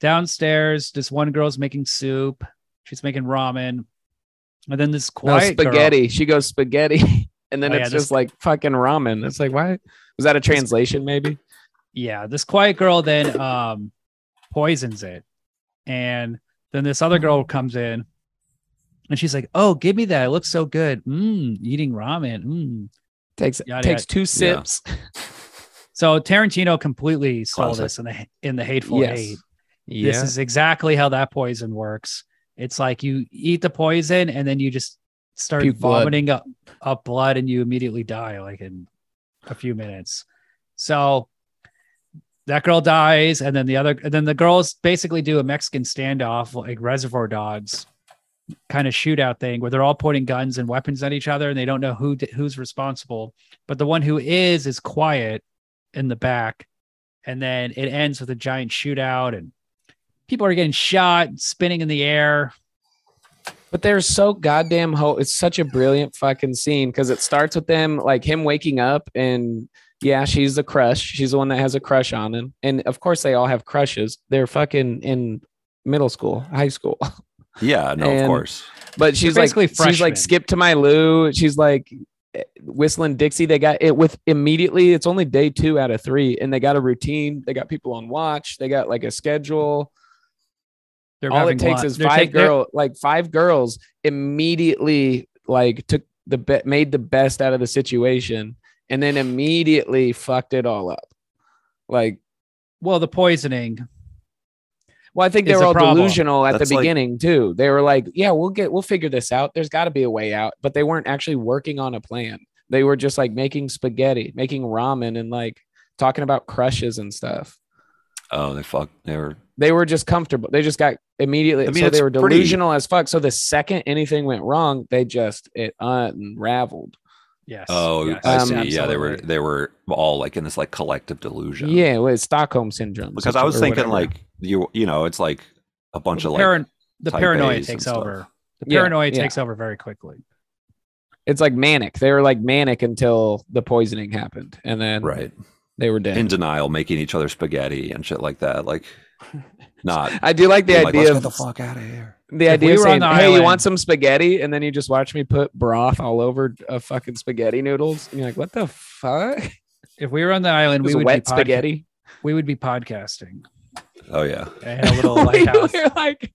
Downstairs, this one girl's making soup. She's making ramen, and then this
No,
quiet girl-
spaghetti. She goes spaghetti, and then
Oh, yeah,
it's
this-
just like fucking ramen. It's like why was that a translation? Maybe
yeah this quiet girl then um poisons it and then this other girl comes in and she's like oh give me that it looks so good mm, eating ramen mm.
takes
Yada,
takes two sips.
so tarantino completely stole
Classic.
this in the in the hateful
Yes.
eight
Yeah.
this is exactly how that poison works it's like you eat the poison and then you just start
Puke blood.
vomiting up up blood and you immediately die like in a few minutes so that girl dies and then the other and then the girls basically do a mexican standoff like reservoir dogs kind of shootout thing where they're all pointing guns and weapons at each other and they don't know who di- who's responsible but the one who is is quiet in the back and then it ends with a giant shootout and people are getting shot spinning in the air
But they're so goddamn ho it's such a brilliant fucking scene because it starts with them like him waking up and yeah, she's the crush. She's the one that has a crush on him. And of course they all have crushes. They're fucking in middle school, high school.
Yeah, no, of
And-
course.
But she's
They're
like,
basically
she's
freshmen.
like, skip to my Lou. She's like, eh, whistling Dixie. They got it with immediately. It's only day two out of three, and they got a routine. They got people on watch. They got like a schedule.
they're
All
having
it takes
lunch.
is
They're
five
take- they're-
girl, like five girls, immediately like took the be- made the best out of the situation, and then immediately fucked it all up. Like,
well the poisoning
well, I think they
It's
were
a
all
problem.
delusional at
That's
the
like-
beginning too. They were like, "Yeah, we'll get, we'll figure this out. There's got to be a way out," but they weren't actually working on a plan. They were just like making spaghetti, making ramen, and like talking about crushes and stuff.
Oh, they fuck. They were
They were just comfortable. They just got immediately.
I mean,
so they
it's
were
pretty-
delusional as fuck. So the second anything went wrong, they just it unraveled.
yes
Oh,
yes,
I
Um,
see. Yeah, they were
absolutely.
they were all like in this like collective delusion.
Yeah, it was Stockholm syndrome.
because
such-
I was
or
thinking
whatever.
like you you know it's like a bunch of like
Paran- the
type
paranoia
A's
takes
and stuff.
over the
Yeah,
paranoia
yeah.
takes over very quickly
it's like manic. They were like manic until the poisoning happened, and then
right
they were dead.
in denial, making each other spaghetti and shit like that. Like not
I do like the
being like,
idea
Let's
of
get the fuck out of here.
the
If
idea
we
of
were on
saying,
the
"Hey, you
island-
want some spaghetti?" and then you just watch me put broth all over a fucking spaghetti noodles, and you're like, "What the fuck?"
if we were on the island we
It was
would
wet
be podca-
spaghetti.
we would be podcasting
Oh yeah,
in a little
we
lighthouse
were like,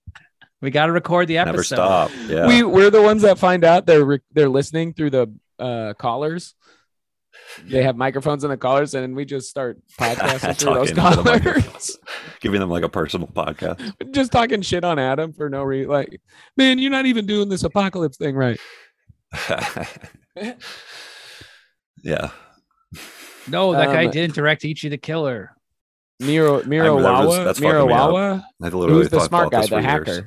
we got to record the episode
never stop. Yeah,
we we're the ones that find out they're re- they're listening through the uh, collars. They have microphones in the collars, and then we just start podcasting through those
Talking into the
collars,
giving them like a personal podcast.
just talking shit on Adam for no reason. Like, man, you're not even doing this apocalypse thing right.
yeah,
no that guy
Um,
didn't direct ichi the killer
Miro Miro
remember that was-
Wawa,
that's fucking
Miro
me up.
Wawa.
I literally
Who's the
thought
smart
about
guy?
this
The
for
hacker,
years.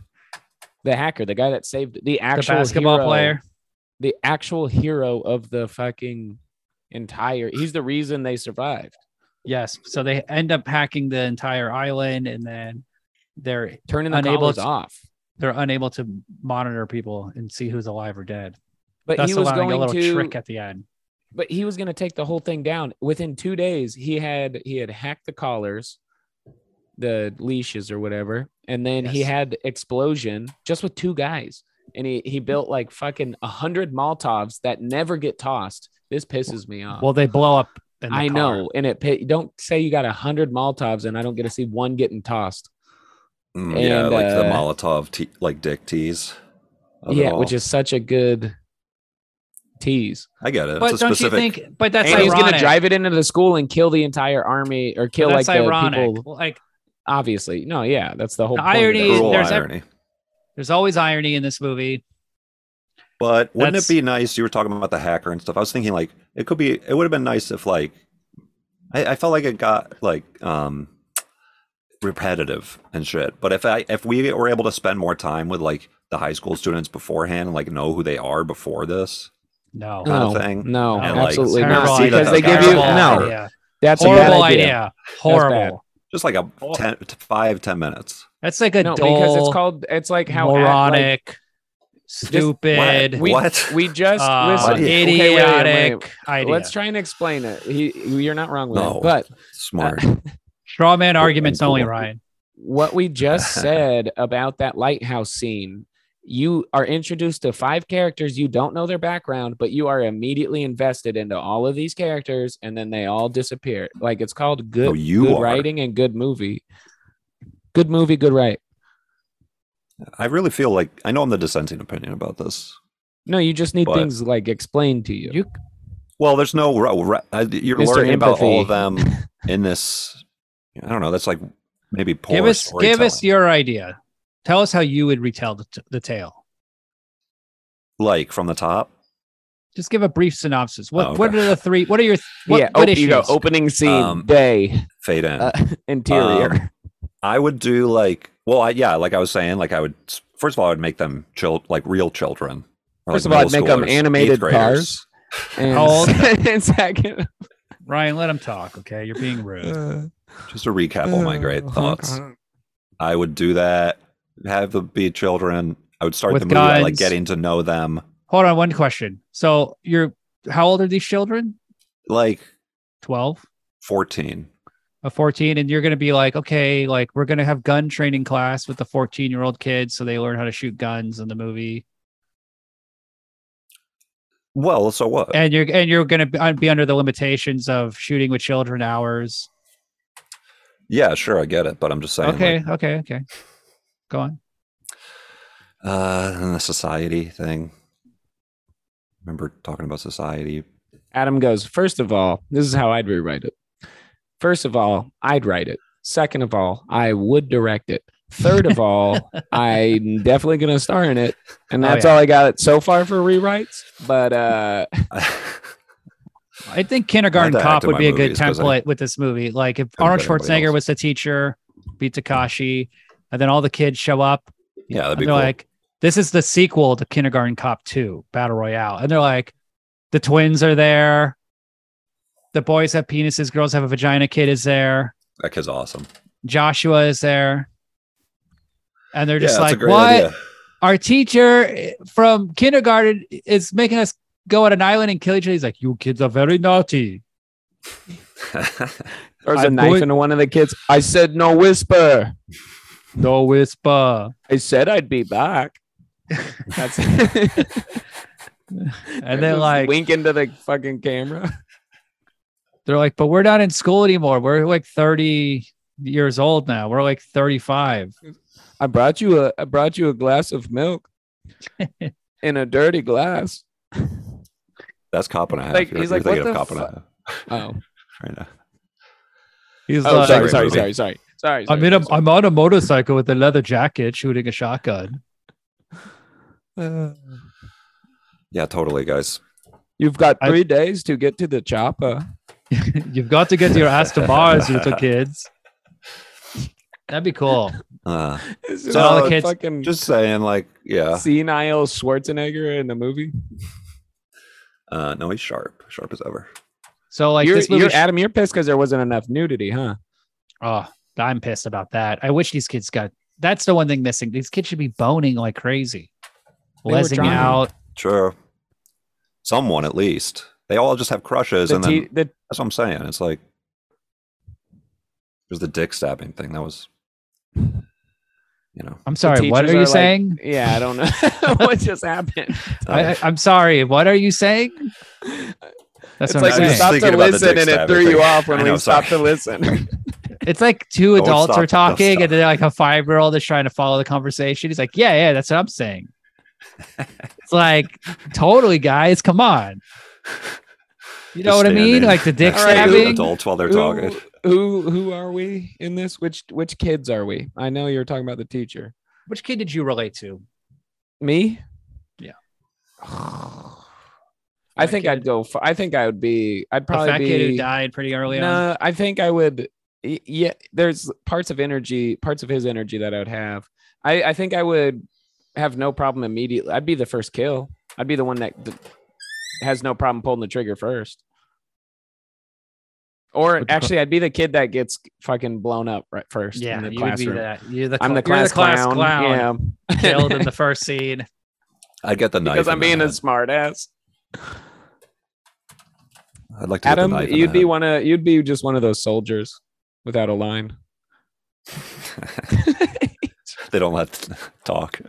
the hacker, the guy that saved the
the
actual
basketball
hero-
player
the actual hero of the fucking entire. He's the reason they survived.
yes so they end up hacking the entire island and then they're
Turning the
Unable
collars
to-
off.
they're unable to monitor people and see who's alive or dead
But
That's
he was
allowing
going
a little
to
trick at the end.
but he was going to take the whole thing down within two days he had he had hacked the collars the leashes or whatever and then he
Yes.
had explosion just with two guys and he he built like fucking a hundred molotovs that never get tossed this pisses me off
Well, they blow up. In the
i
car.
know and it pi- don't say you got a hundred molotovs and i don't get to see one getting tossed
Mm, yeah,
And,
like the
uh,
Molotov, te- like dick tease. of it
yeah which
all.
is such a good tease
I get it.
But
it's a
don't
specific.
you think? But that's
and he's
ironic.
gonna drive it into the school and kill the entire army or
But
kill like
that's
the
ironic.
people
Like
obviously no yeah that's the whole
The
point of
irony-
it.
cruel
there's ev-
irony.
there's always irony in this movie.
But wouldn't
That's-
it be nice? You were talking about the hacker and stuff. I was thinking like it could be. It would have been nice if like I, I felt like it got like um repetitive and shit. But if I if we were able to spend more time with like the high school students beforehand and like know who they are before this,
No,
kind
no,
of thing.
Oh, no
And, Oh, like,
absolutely
terrible
not
idea.
because they give you
Terrible
no
idea.
that's a bad
horrible
idea,
idea. Horrible.
just like a
Well-
ten, t- five ten minutes.
That's like a
no
dull,
because it's called it's like how at- like,
moronic, stupid,
What?
we-
what?
we just
uh,
listen
Idea.
okay, wait, wait,
idiotic
wait.
idea.
let's try and explain it he, you're not wrong with
No.
it but
Smart.
Uh, Straw man arguments only,
Cool.
Ryan.
what we just said about that lighthouse scene you are introduced to five characters you don't know their background but you are immediately invested into all of these characters and then they all disappear like it's called good,
No, Oh, you
good
are.
writing and good movie good movie good write
I really feel like I know I'm the dissenting opinion about this.
no you just need
But-
things like explained to you,
Well, there's no ro- ro- uh, you're
Mr.
learning about all of them
Empathy.
in this. I don't know. That's like maybe poor
Give us, give us
storytelling.
your idea. Tell us how you would retell the, t- the tale.
like from the top.
Just give a brief synopsis. What
Oh, okay.
What are the three? What are your what,
yeah
what
op-
issues?
you go opening scene
Um,
day
Fade in.
uh, interior
Um, I would do like well, I, yeah, like I was saying, like I would first of all, I would make them chill, like real children. or,
First
like,
of all, I'd
middle
make 'em
schoolers,
animated
eighth graders.
and,
how old?
and second
Ryan, let him talk. Okay, you're being rude.
Just to recap all
Oh,
my great thoughts, I would do that. Have them be children. I would start
With
the movie by like
guns.
getting to know them,
Hold on, one question. So you're how old are these children?
like
Twelve.
fourteen.
a 14 and you're going to be like okay like we're going to have gun training class with the 14 year old kids so they learn how to shoot guns in the movie
Well, so what?
and you're and you're going to be under the limitations of shooting with children hours
yeah, sure, I get it, but I'm just saying. like,
okay okay okay go on
Uh, and the society thing. Remember talking about society?
Adam goes, first of all, this is how I'd rewrite it. First of all, I'd write it. Second of all, I would direct it. Third of all, I'm definitely going to star in it. And
Oh,
that's
yeah.
all I got so far for rewrites. But uh,
i think kindergarten
Not that
cop
active
would
my
be a good
movies 'cause I-
template with this movie like if
I don't
arnold
think
schwarzenegger
anybody else.
was the teacher be takashi and then all the kids show up
yeah, that'd be
and they're
cool.
like, this is the sequel to Kindergarten Cop 2 Battle Royale. And they're like, the twins are there. The boys have penises, girls have a vagina, kid is there.
that kid's awesome.
Joshua is there. And they're
yeah,
just
that's a
like,
great
what?
idea.
Our teacher from kindergarten is making us go on an island and kill each other. He's like, you kids are very naughty.
there's
I
a knife
would-
into one of the kids. I said, no whisper.
No whisper.
I said I'd be back. That's
And then, like,
wink into the fucking camera.
they're like, but we're not in school anymore. We're like 30 years old now. We're like 35.
I brought you a I brought you a glass of milk in a dirty glass.
that's cop and a half.
Like,
you're,
he's
you're
like,
thinking
what
of
the
cop and a
fu-
half
Oh.
right now.
He's
Oh,
like,
sorry,
Great
sorry,
movie.
sorry, sorry, sorry,
I'm
sorry,
in a
sorry.
I'm on a motorcycle with a leather jacket shooting a shotgun.
Yeah, totally, guys.
You've got
I-
three days to get to the chopper.
You've got to get your ass to Mars, little kids. That'd be cool.
Uh,
This is
So
all
the kids-
fucking
just saying, like, yeah.
senile Schwarzenegger in the movie.
Uh, no, he's sharp, sharp as ever.
So like
you're,
this movie,
you're- Adam, you're pissed because there wasn't enough nudity, huh?
oh, I'm pissed about that. I wish these kids got. That's the one thing missing. These kids should be boning like crazy,
They were
lesing
trying.
out.
Sure. someone at least. They all just have crushes,
The
and
te-
then
the
that's what I'm saying. It's like there's the dick stabbing thing. That was, you know,
I'm sorry. What
teachers
are you
are like-
saying?
yeah, I don't know what just happened.
I, I, I'm sorry. What are you saying? That's
it's
what
like
I'm
you
saying.
just stop-
stopped
thinking
to
about the
listen
dick
and it
stabbing
threw you
thing.
off when
I
we
know,
stopped to
sorry.
listen.
It's like two
Don't
adults
stop.
are
Don't
talking,
stop.
and then like a five year old is trying to follow the conversation. He's like, "Yeah, yeah, that's what I'm saying." It's like totally, guys. Come on. You know
Just
what I
standing
mean? Like the dick
next to
Alright,
stabbing.
who-
adults while they're
Who-
talking.
Who, who are we in this? Which which kids are we? I know you were talking about the teacher.
Which kid did you relate to?
Me?
Yeah.
I
Fat
think
kid?
I'd go. For, I think I would be. I'd
The
probably
fat
be.
kid who died pretty early on.
No, I think I would. y- Yeah, there's parts of energy, parts of his energy that I would have. I, I think I would have no problem immediately. I'd be the first kill. I'd be the one that d- has no problem pulling the trigger first. Or
Would you call-
actually, I'd be the kid that gets fucking blown up right first.
Yeah,
in the
you
classroom.
would be that. You're the,
I'm the
cl- you're
class, clown.
clown
Yeah,
killed in the first scene.
I'd get the knife.
because
in
I'm
the
being a
head.
smart ass.
I'd like to
Adam,
Get the knife in the
you'd be
head.
one of you'd be just one of those soldiers without a line.
they don't let talk.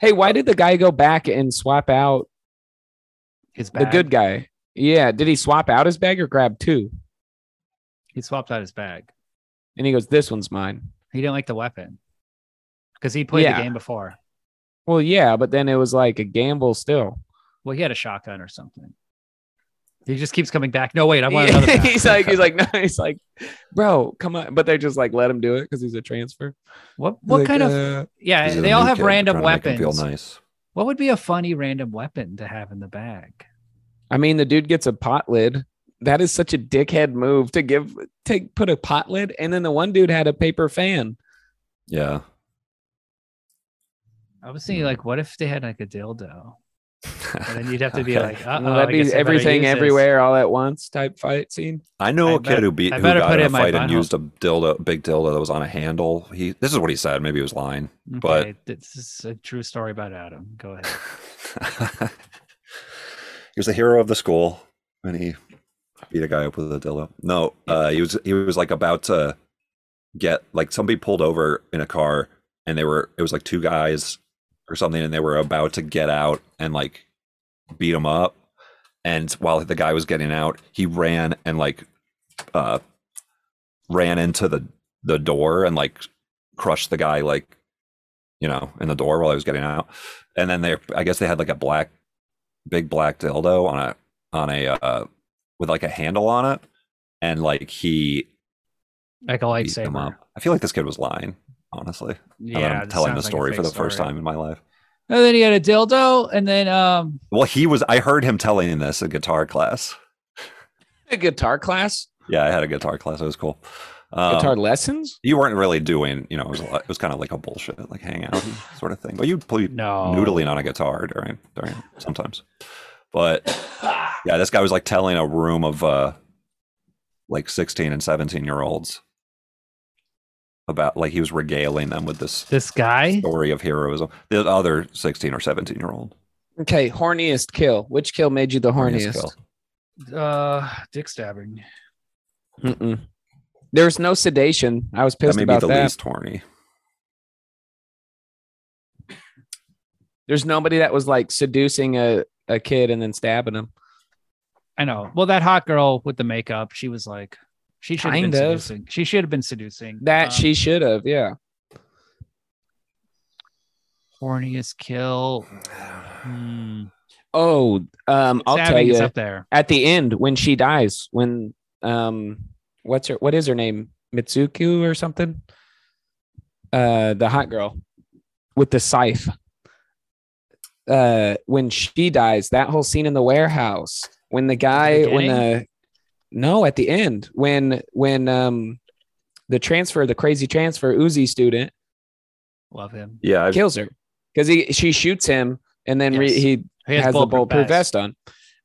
Hey, why did the guy go back and swap out
His bag.
the good guy? Yeah, did he swap out his bag or grab two?
He swapped out his bag.
And he goes, "This one's mine."
He didn't like the weapon because he played
Yeah.
the game before.
Well, yeah, but then it was like a gamble still.
Well, he had a shotgun or something. He just keeps coming back. No, wait, I want another. Bag.
he's like, he's like, no, he's like, bro, come on. But they're just like, let him do it because he's a transfer.
What what
Like,
kind of?
uh,
Yeah,
These are
they
the
all
new
have
kids,
random
trying to make 'em
weapons.
Feel nice.
What would be a funny random weapon to have in the bag?
I mean, the dude gets a pot lid. That is such a dickhead move to give take put a pot lid, and then the one dude had a paper fan.
Yeah.
I was thinking, like, what if they had like a dildo? And then you'd have to be
Okay.
like, uh
Well, that'd be everything everywhere all at once type fight scene.
I know
I
a kid
bet-
who beat
I
who
better
got
put it
in a
in my
fight and
butthole.
used a dildo, big dildo that was on a handle. He this is what he said. Maybe he was lying. but-
Okay, this is a true story about Adam. Go ahead.
he was the hero of the school, and he beat a guy up with a dildo. No, uh, he was he was like about to get like somebody pulled over in a car, and they were it was like two guys or something, and they were about to get out and like beat him up. And while the guy was getting out, he ran and like uh, ran into the the door and like crushed the guy like you know in the door while he was getting out and then they i guess they had like a black big black dildo on a on a uh with like a handle on it and like he
Like a
beat them up
lightsaber.
i feel like this kid was lying honestly now that
Yeah,
i'm
this
telling the
sounds like a
story for
fake
the first
story.
time in my life
And then he had a dildo, and then um,
well he was i heard him telling this in guitar class
A guitar class,
yeah i had a guitar class it was cool um,
guitar lessons.
you weren't really doing you know it was, a lot- it was kind of like a bullshit like hangout sort of thing but you'd play
no
noodling on a guitar during during sometimes but Yeah, this guy was like telling a room of uh like 16 and 17 year olds about like he was regaling them with this
This guy.
story of heroism. The other 16 or 17 year old.
Okay, horniest kill. Which kill made you the
Horniest
horniest?
kill.
Uh, dick stabbing.
Mm-mm. There was no sedation. I was
That
pissed
may be
about
the
that.
least horny.
There's nobody that was like seducing a, a kid and then stabbing him.
I know. Well, that hot girl with the makeup, she was like, she should have been
Kind of.
seducing. She should have been seducing.
That
Um,
she should have. Yeah.
horniest kill. Hmm.
Oh, um, I'll tell
Stabbing is
you.
up there.
At the end, when she dies, when um, what's her? What is her name? Mitsuku or something? Uh, the hot girl with the scythe. Uh, when she dies, that whole scene in the warehouse. When the guy, when
beginning?
uh, no, at the end, when when um, the transfer, the crazy transfer Uzi student
Love him.
Yeah, I,
kills her because he she shoots him and then re-
Yes.
he
He
has the
bulletproof
bulletproof vest on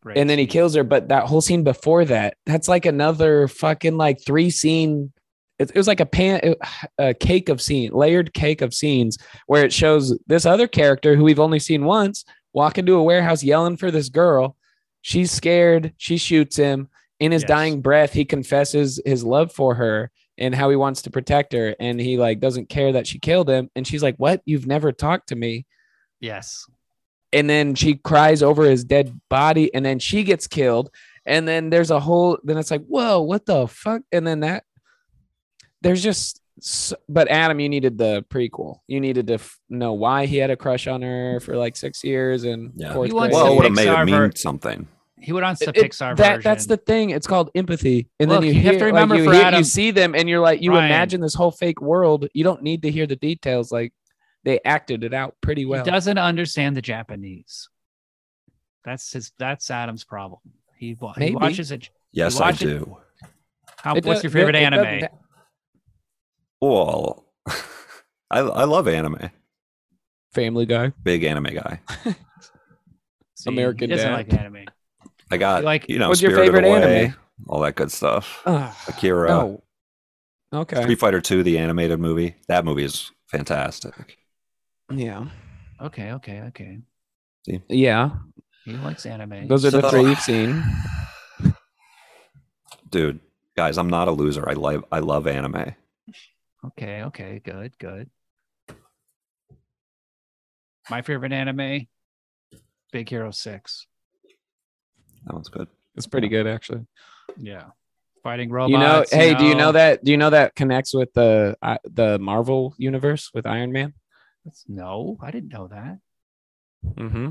Great
and then he
scene.
kills her. But that whole scene before that, that's like another fucking like three scene. It, it was like a pan, a cake of scene, layered cake of scenes where it shows this other character who we've only seen once walk into a warehouse yelling for this girl. She's scared. She shoots him. In his
Yes.
dying breath, he confesses his love for her and how he wants to protect her. And he like doesn't care that she killed him. And she's like, What? You've never talked to me.
Yes.
And then she cries over his dead body. And then she gets killed. And then there's a whole then it's like, whoa, what the fuck? And then that there's just s- but Adam, you needed the prequel. You needed to f- know why he had a crush on her for like six years and
Yeah.
fourth
He wants
grade.
to
Well, it would have made
Pixar
it mean
ver-
something.
He wants the
It- it-
Pixar version.
that, That's the thing. It's called empathy. And
Look,
then you,
you
hear,
have to
like,
remember
you,
for
hear-
Adam-
you see them and you're like, you
Ryan.
imagine this whole fake world. You don't need to hear the details. Like they acted it out pretty well.
He doesn't understand the Japanese. That's his. That's Adam's problem. He, wa- he
Maybe.
watches it.
Yes, I
watch it-
do.
How,
It
what's
does-
your favorite
it doesn't
anime?
ha-
Well, I I love anime.
Family Guy.
Big anime guy.
See,
American
he doesn't
Dad.
like anime.
I got
You
you,
like-
know
What's your
Spirited
favorite
Away,
anime?
all that good stuff.
Ugh,
Akira,
no. Oh. Okay.
Street Fighter Two, the animated movie. That movie is fantastic.
yeah.
Okay, okay, okay.
Yeah.
He likes anime.
Those are the
So-
three you've seen.
Dude, guys, I'm not a loser. I love I love anime.
okay, okay, good, good. My favorite anime, Big Hero Six.
That one's good.
It's pretty good actually.
Yeah, fighting robots.
you know, hey, do you know
that?
that? Do you know that connects with the uh, the Marvel universe with Iron Man?
That's- no, I didn't know that.
Mm-hmm.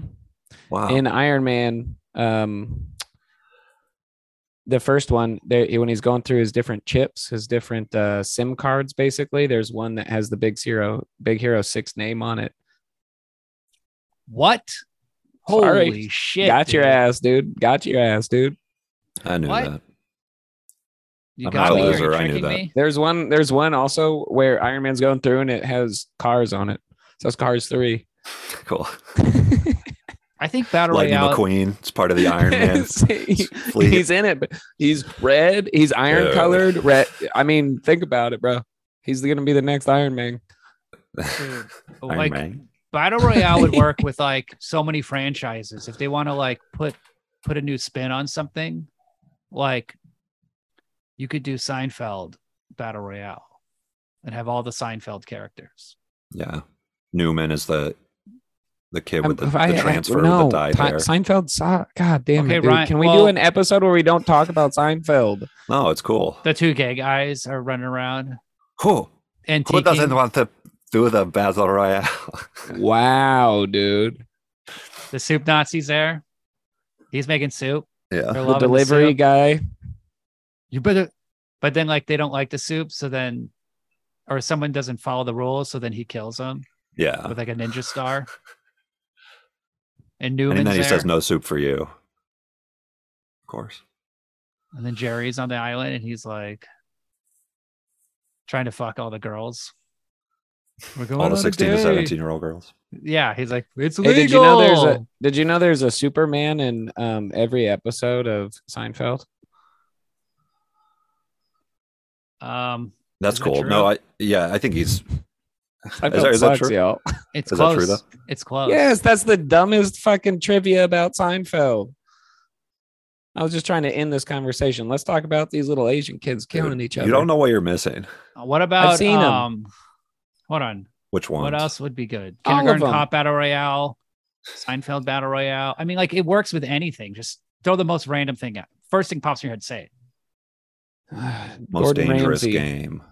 Wow.
in Iron Man, um, the first one, there when he's going through his different chips, his different uh, SIM cards, basically, there's one that has the Big Hero, Big Hero Six name on it.
What? Holy
Sorry.
shit!
Got your
dude.
ass, dude. Got your ass, dude.
I knew
what?
that.
You
I'm
got
not a
me. Are you
loser, I knew
tricking
that.
me?
There's one. There's one also where Iron Man's going through and it has cars on it. So it's Cars Three.
Cool.
I think Battle
Lightning
Royale.
McQueen. It's part of the Iron Man.
See?
fleet.
he's in it, but he's red. He's iron colored. Red. I mean, think about it, bro. He's gonna be the next Iron Man.
dude,
Iron
like
Man.
Battle Royale would work with like so many franchises if they want to like put put a new spin on something. Like you could do Seinfeld Battle Royale and have all the Seinfeld characters.
Yeah. Newman is the the kid with the,
Um, I-
the
I-
transfer
no,
with the dyed
Ti-
hair.
Seinfeld sucked. God damn
Okay,
it, dude.
Ryan,
Can we
well-
do an episode where we don't talk about Seinfeld?
No, it's cool.
The two gay guys are running around
Cool.
and
Who doesn't
taking
want to do the battle royale?
Wow, dude.
the soup Nazis there. He's making soup.
yeah.
They're
The
loving
delivery
soup.
guy.
you better but then like they don't like the soup so then or someone doesn't follow the rules so then he kills them
Yeah.
with like a ninja star and
And
Newman's
then he
there,
says no soup for you. Of course.
and then Jerry's on the island and he's like trying to fuck all the girls we're going
All the
on a
16 to
date.
17 year old girls.
yeah he's like it's
Hey,
legal
did you know there's a did you know there's a Superman in um, every episode of Seinfeld?
um
That's
Is that
cool.
true?
No, I yeah, I think he's
Seinfeld
that- is that
sucks,
true?
y'all.
it's
Is that true,
close it's close
Yes, that's the dumbest fucking trivia about Seinfeld. I was just trying to end this conversation. Let's talk about these little Asian kids killing each other.
You don't know what you're missing.
Uh, what about
seen 'em.
um hold on
Which one?
What else would be good?
All of
Kindergarten
them.
Cop Battle Royale, Seinfeld Battle Royale. I mean, like it works with anything. Just throw the most random thing out. First thing pops in your head, say it.
Most
Gordon
dangerous
Ramsay.
game.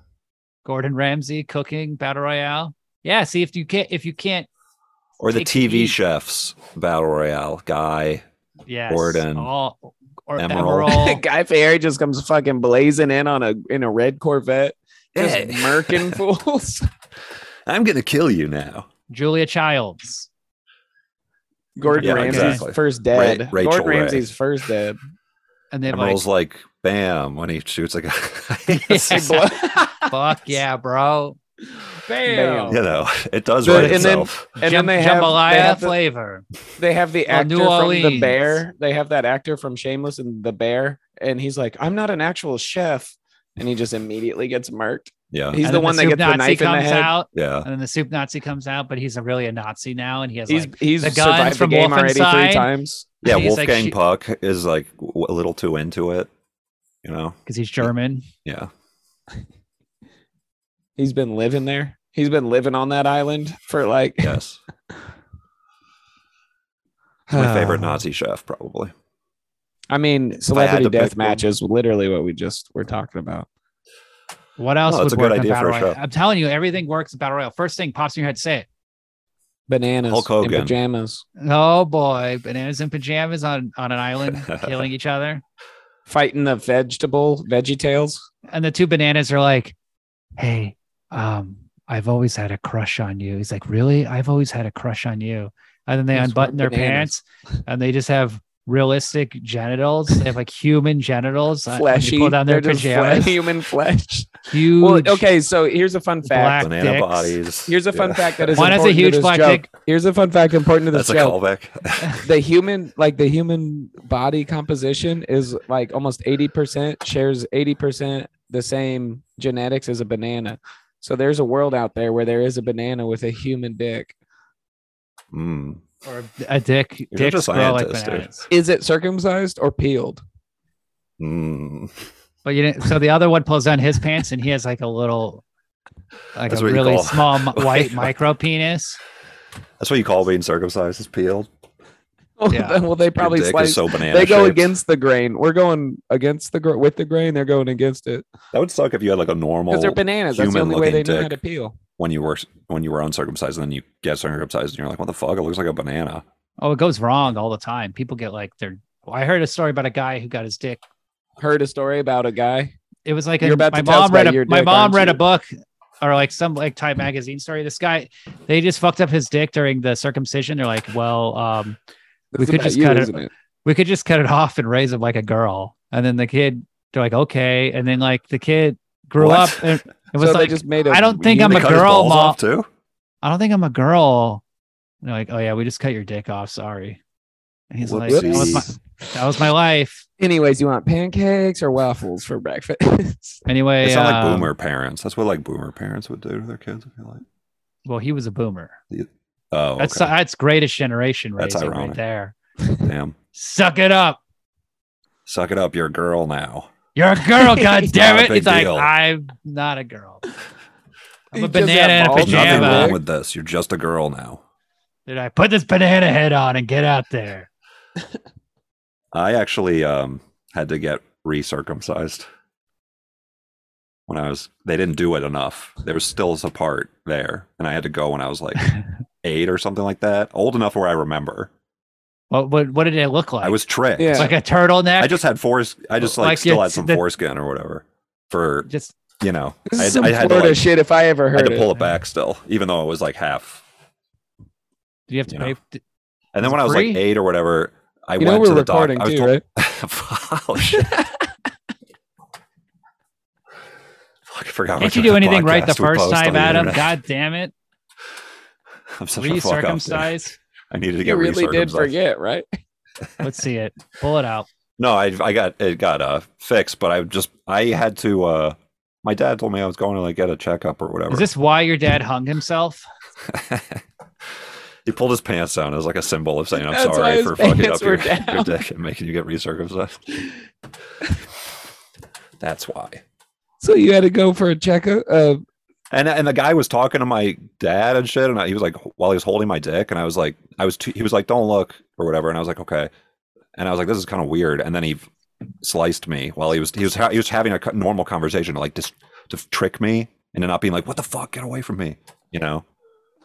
Gordon Ramsay cooking Battle Royale. Yeah, see if you can't if you can't
Or the
Take
TV
heat.
chefs battle royale guy.
yes,
Gordon.
all or Emerald.
Emerald.
Guy Fieri just comes fucking blazing in on a in a red Corvette, just
Hey.
murking fools.
Eh, I'm gonna kill you now.
Julia Childs.
Gordon
Yeah,
Ramsay's
exactly.
first dead.
uh, Ra- Rachel
Gordon
Ray.
Ramsay's first dead.
And they're like,
Emerald's like, bam when he shoots a guy.
He
Yeah.
blow-
fuck yeah, bro.
Bam.
you know, it does
But-
write
and then-
itself.
and then
Jam-
they have,
jambalaya
they have, the,
flavor.
they have the
Well,
actor
New
from the
Orleans.
Bear. They have that actor from Shameless and the Bear, and he's like, "I'm not an actual chef," and he just immediately gets murked.
Yeah.
He's
And
the
then
one that
soup
gets the
Nazi
knife in the
comes
head.
out,
Yeah.
and then the soup Nazi comes out, but he's a, really a Nazi now, and he has
He's
like
he's
the guns
survived the
from
game already
Wolfenstein.
three times.
Yeah.
He's like,
Wolfgang
she-
Puck is like w- a little too into it. You know?
because he's German.
Yeah.
He's been living there. He's been living on that island for like
Yes. My favorite Nazi chef, probably.
I mean,
to
celebrity
pick
death
one.
match is literally what we just were talking about.
What else
No,
would
it's Oh, a
work
good
in
idea for
battle
a
royale?
show.
I'm telling you, everything works in battle royale. First thing pops in your head, say it.
Bananas
Hulk
in
Hogan.
pajamas.
Oh boy, bananas and pajamas on on an island, killing each other,
Fighting the vegetable veggie tails.
and the two bananas are like, "Hey, um, I've always had a crush on you." He's like, "Really? I've always had a crush on you." And then they
That's
unbutton
what
their
bananas-
pants, and they just have realistic genitals. They have like human genitals. uh, when you
Fleshy.
Pull down their
They're just fle-
pajamas.
human flesh.
Huge.
Well, okay, so here's a fun fact.
Black
Banana
dicks.
bodies.
Here's a fun
Yeah.
fact that is
One has a
important
huge
to this
black
joke.
dick.
Here's a fun fact important to this
That's a
show.
callback.
the human like the human body composition is like almost 80% shares 80% the same genetics as a banana so there's a world out there where there is a banana with a human dick
Mm.
or a dick.
a
dicks grow like
scientist, dude.
bananas.
is it circumcised or peeled
Mm.
But you didn't. So the other one pulls down his pants, and he has like a little, like
That's
a
what you
really
call-
small mi- white micro penis.
That's what you call being circumcised is peeled.
Yeah.
well they probably
Your dick
slice
is so banana.
they go
shaped.
against the grain we're going against the gr- with the grain they're going against it
That would suck if you had like a normal
because they're bananas that's the only way they
human-looking
know how to
dick.
peel
when you were when you were uncircumcised, and then you get circumcised, and you're like, "What the fuck? It looks like a banana."
Oh, it goes wrong all the time. People get like their. I heard a story about a guy who got his dick.
heard a story about a guy
It was like
You're
a,
about
my
to tell us
mom read
about
a
your
my
dick,
mom
aren't
read a
you?
book or like some like Time magazine story. This guy, they just fucked up his dick during the circumcision. They're like, well, um,
That's
We could
about
just
you,
cut it-
isn't it
we could just cut it off and raise him like a girl. And then the kid, they're like, okay. And then like the kid grew
What?
up and it was
so they
like
just made a
I don't think
You
I'm
mean
a
they cut his
girl,
balls
Mom.
off too.
I don't think I'm a girl. And they're like, oh yeah, we just cut your dick off. Sorry. And he's like, that was, my,
Whoopsies.
that was my life.
Anyways, you want pancakes or waffles for breakfast?
Anyway,
They sound
um,
like boomer parents. That's what like boomer parents would do to their kids. I feel like.
Well, he was a boomer.
Oh,
That's
okay.
that's greatest generation
That's
raiser right
ironic.
there.
damn.
Suck it up.
Suck it up. You're a girl now.
You're a girl, god damn
Not a
it.
big
He's like,
deal.
I'm not a girl. I'm
You
a
just
banana
have
in a
balls.
There's nothing
pajama.
wrong with this. You're just a girl now.
Did I put this banana head on and get out there?
I actually um, had to get recircumcised when I was. They didn't do it enough. There was still a part there, and I had to go when I was like eight or something like that. Old enough where I remember.
What what, what did it look like?
I was tricked.
Yeah.
like a turtleneck.
I just had forest. I just like,
Like
still
it's
had some
the-
foreskin or whatever. For
just
you know,
This
I
is
had,
some
I had to,
Florida
like,
shit if I ever
I had
heard
to
it.
pull it back still, even though it was like half.
do you have to
you
pay?
know.
d-
And
Is it
then when I was
free?
like eight or whatever, I
you know
went
we're
to the
recording
doctor. I was
too,
told-
right?
oh shit! Fuck, I forgot. what
Can't you
kind
do
of
anything right the
podcast we
first
post on
time,
the
Adam?
internet.
God damn it.
I'm such a fuck up. dude.
Recircumcise.
I needed to
You
get
really did
recircumcised.
forget, right?
Let's see it. Pull it out.
No, I I got it got uh fixed, but I just I had to. uh My dad told me I was going to like get a checkup or whatever.
Is this why your dad hung himself?
he pulled his pants down as like a symbol of saying I'm
That's why
sorry
his
for fucking
pants
up your,
were down.
your dick and making you get recircumcised. That's why.
So you had to go for a checkup. Uh,
And and the guy was talking to my dad and shit, and I, he was like, while he was holding my dick, and I was like, I was too, he was like, don't look or whatever, and I was like, okay, and I was like, this is kind of weird, and then he sliced me while he was he was ha- he was having a co- normal conversation to like just to trick me into not being like, what the fuck, get away from me, you know,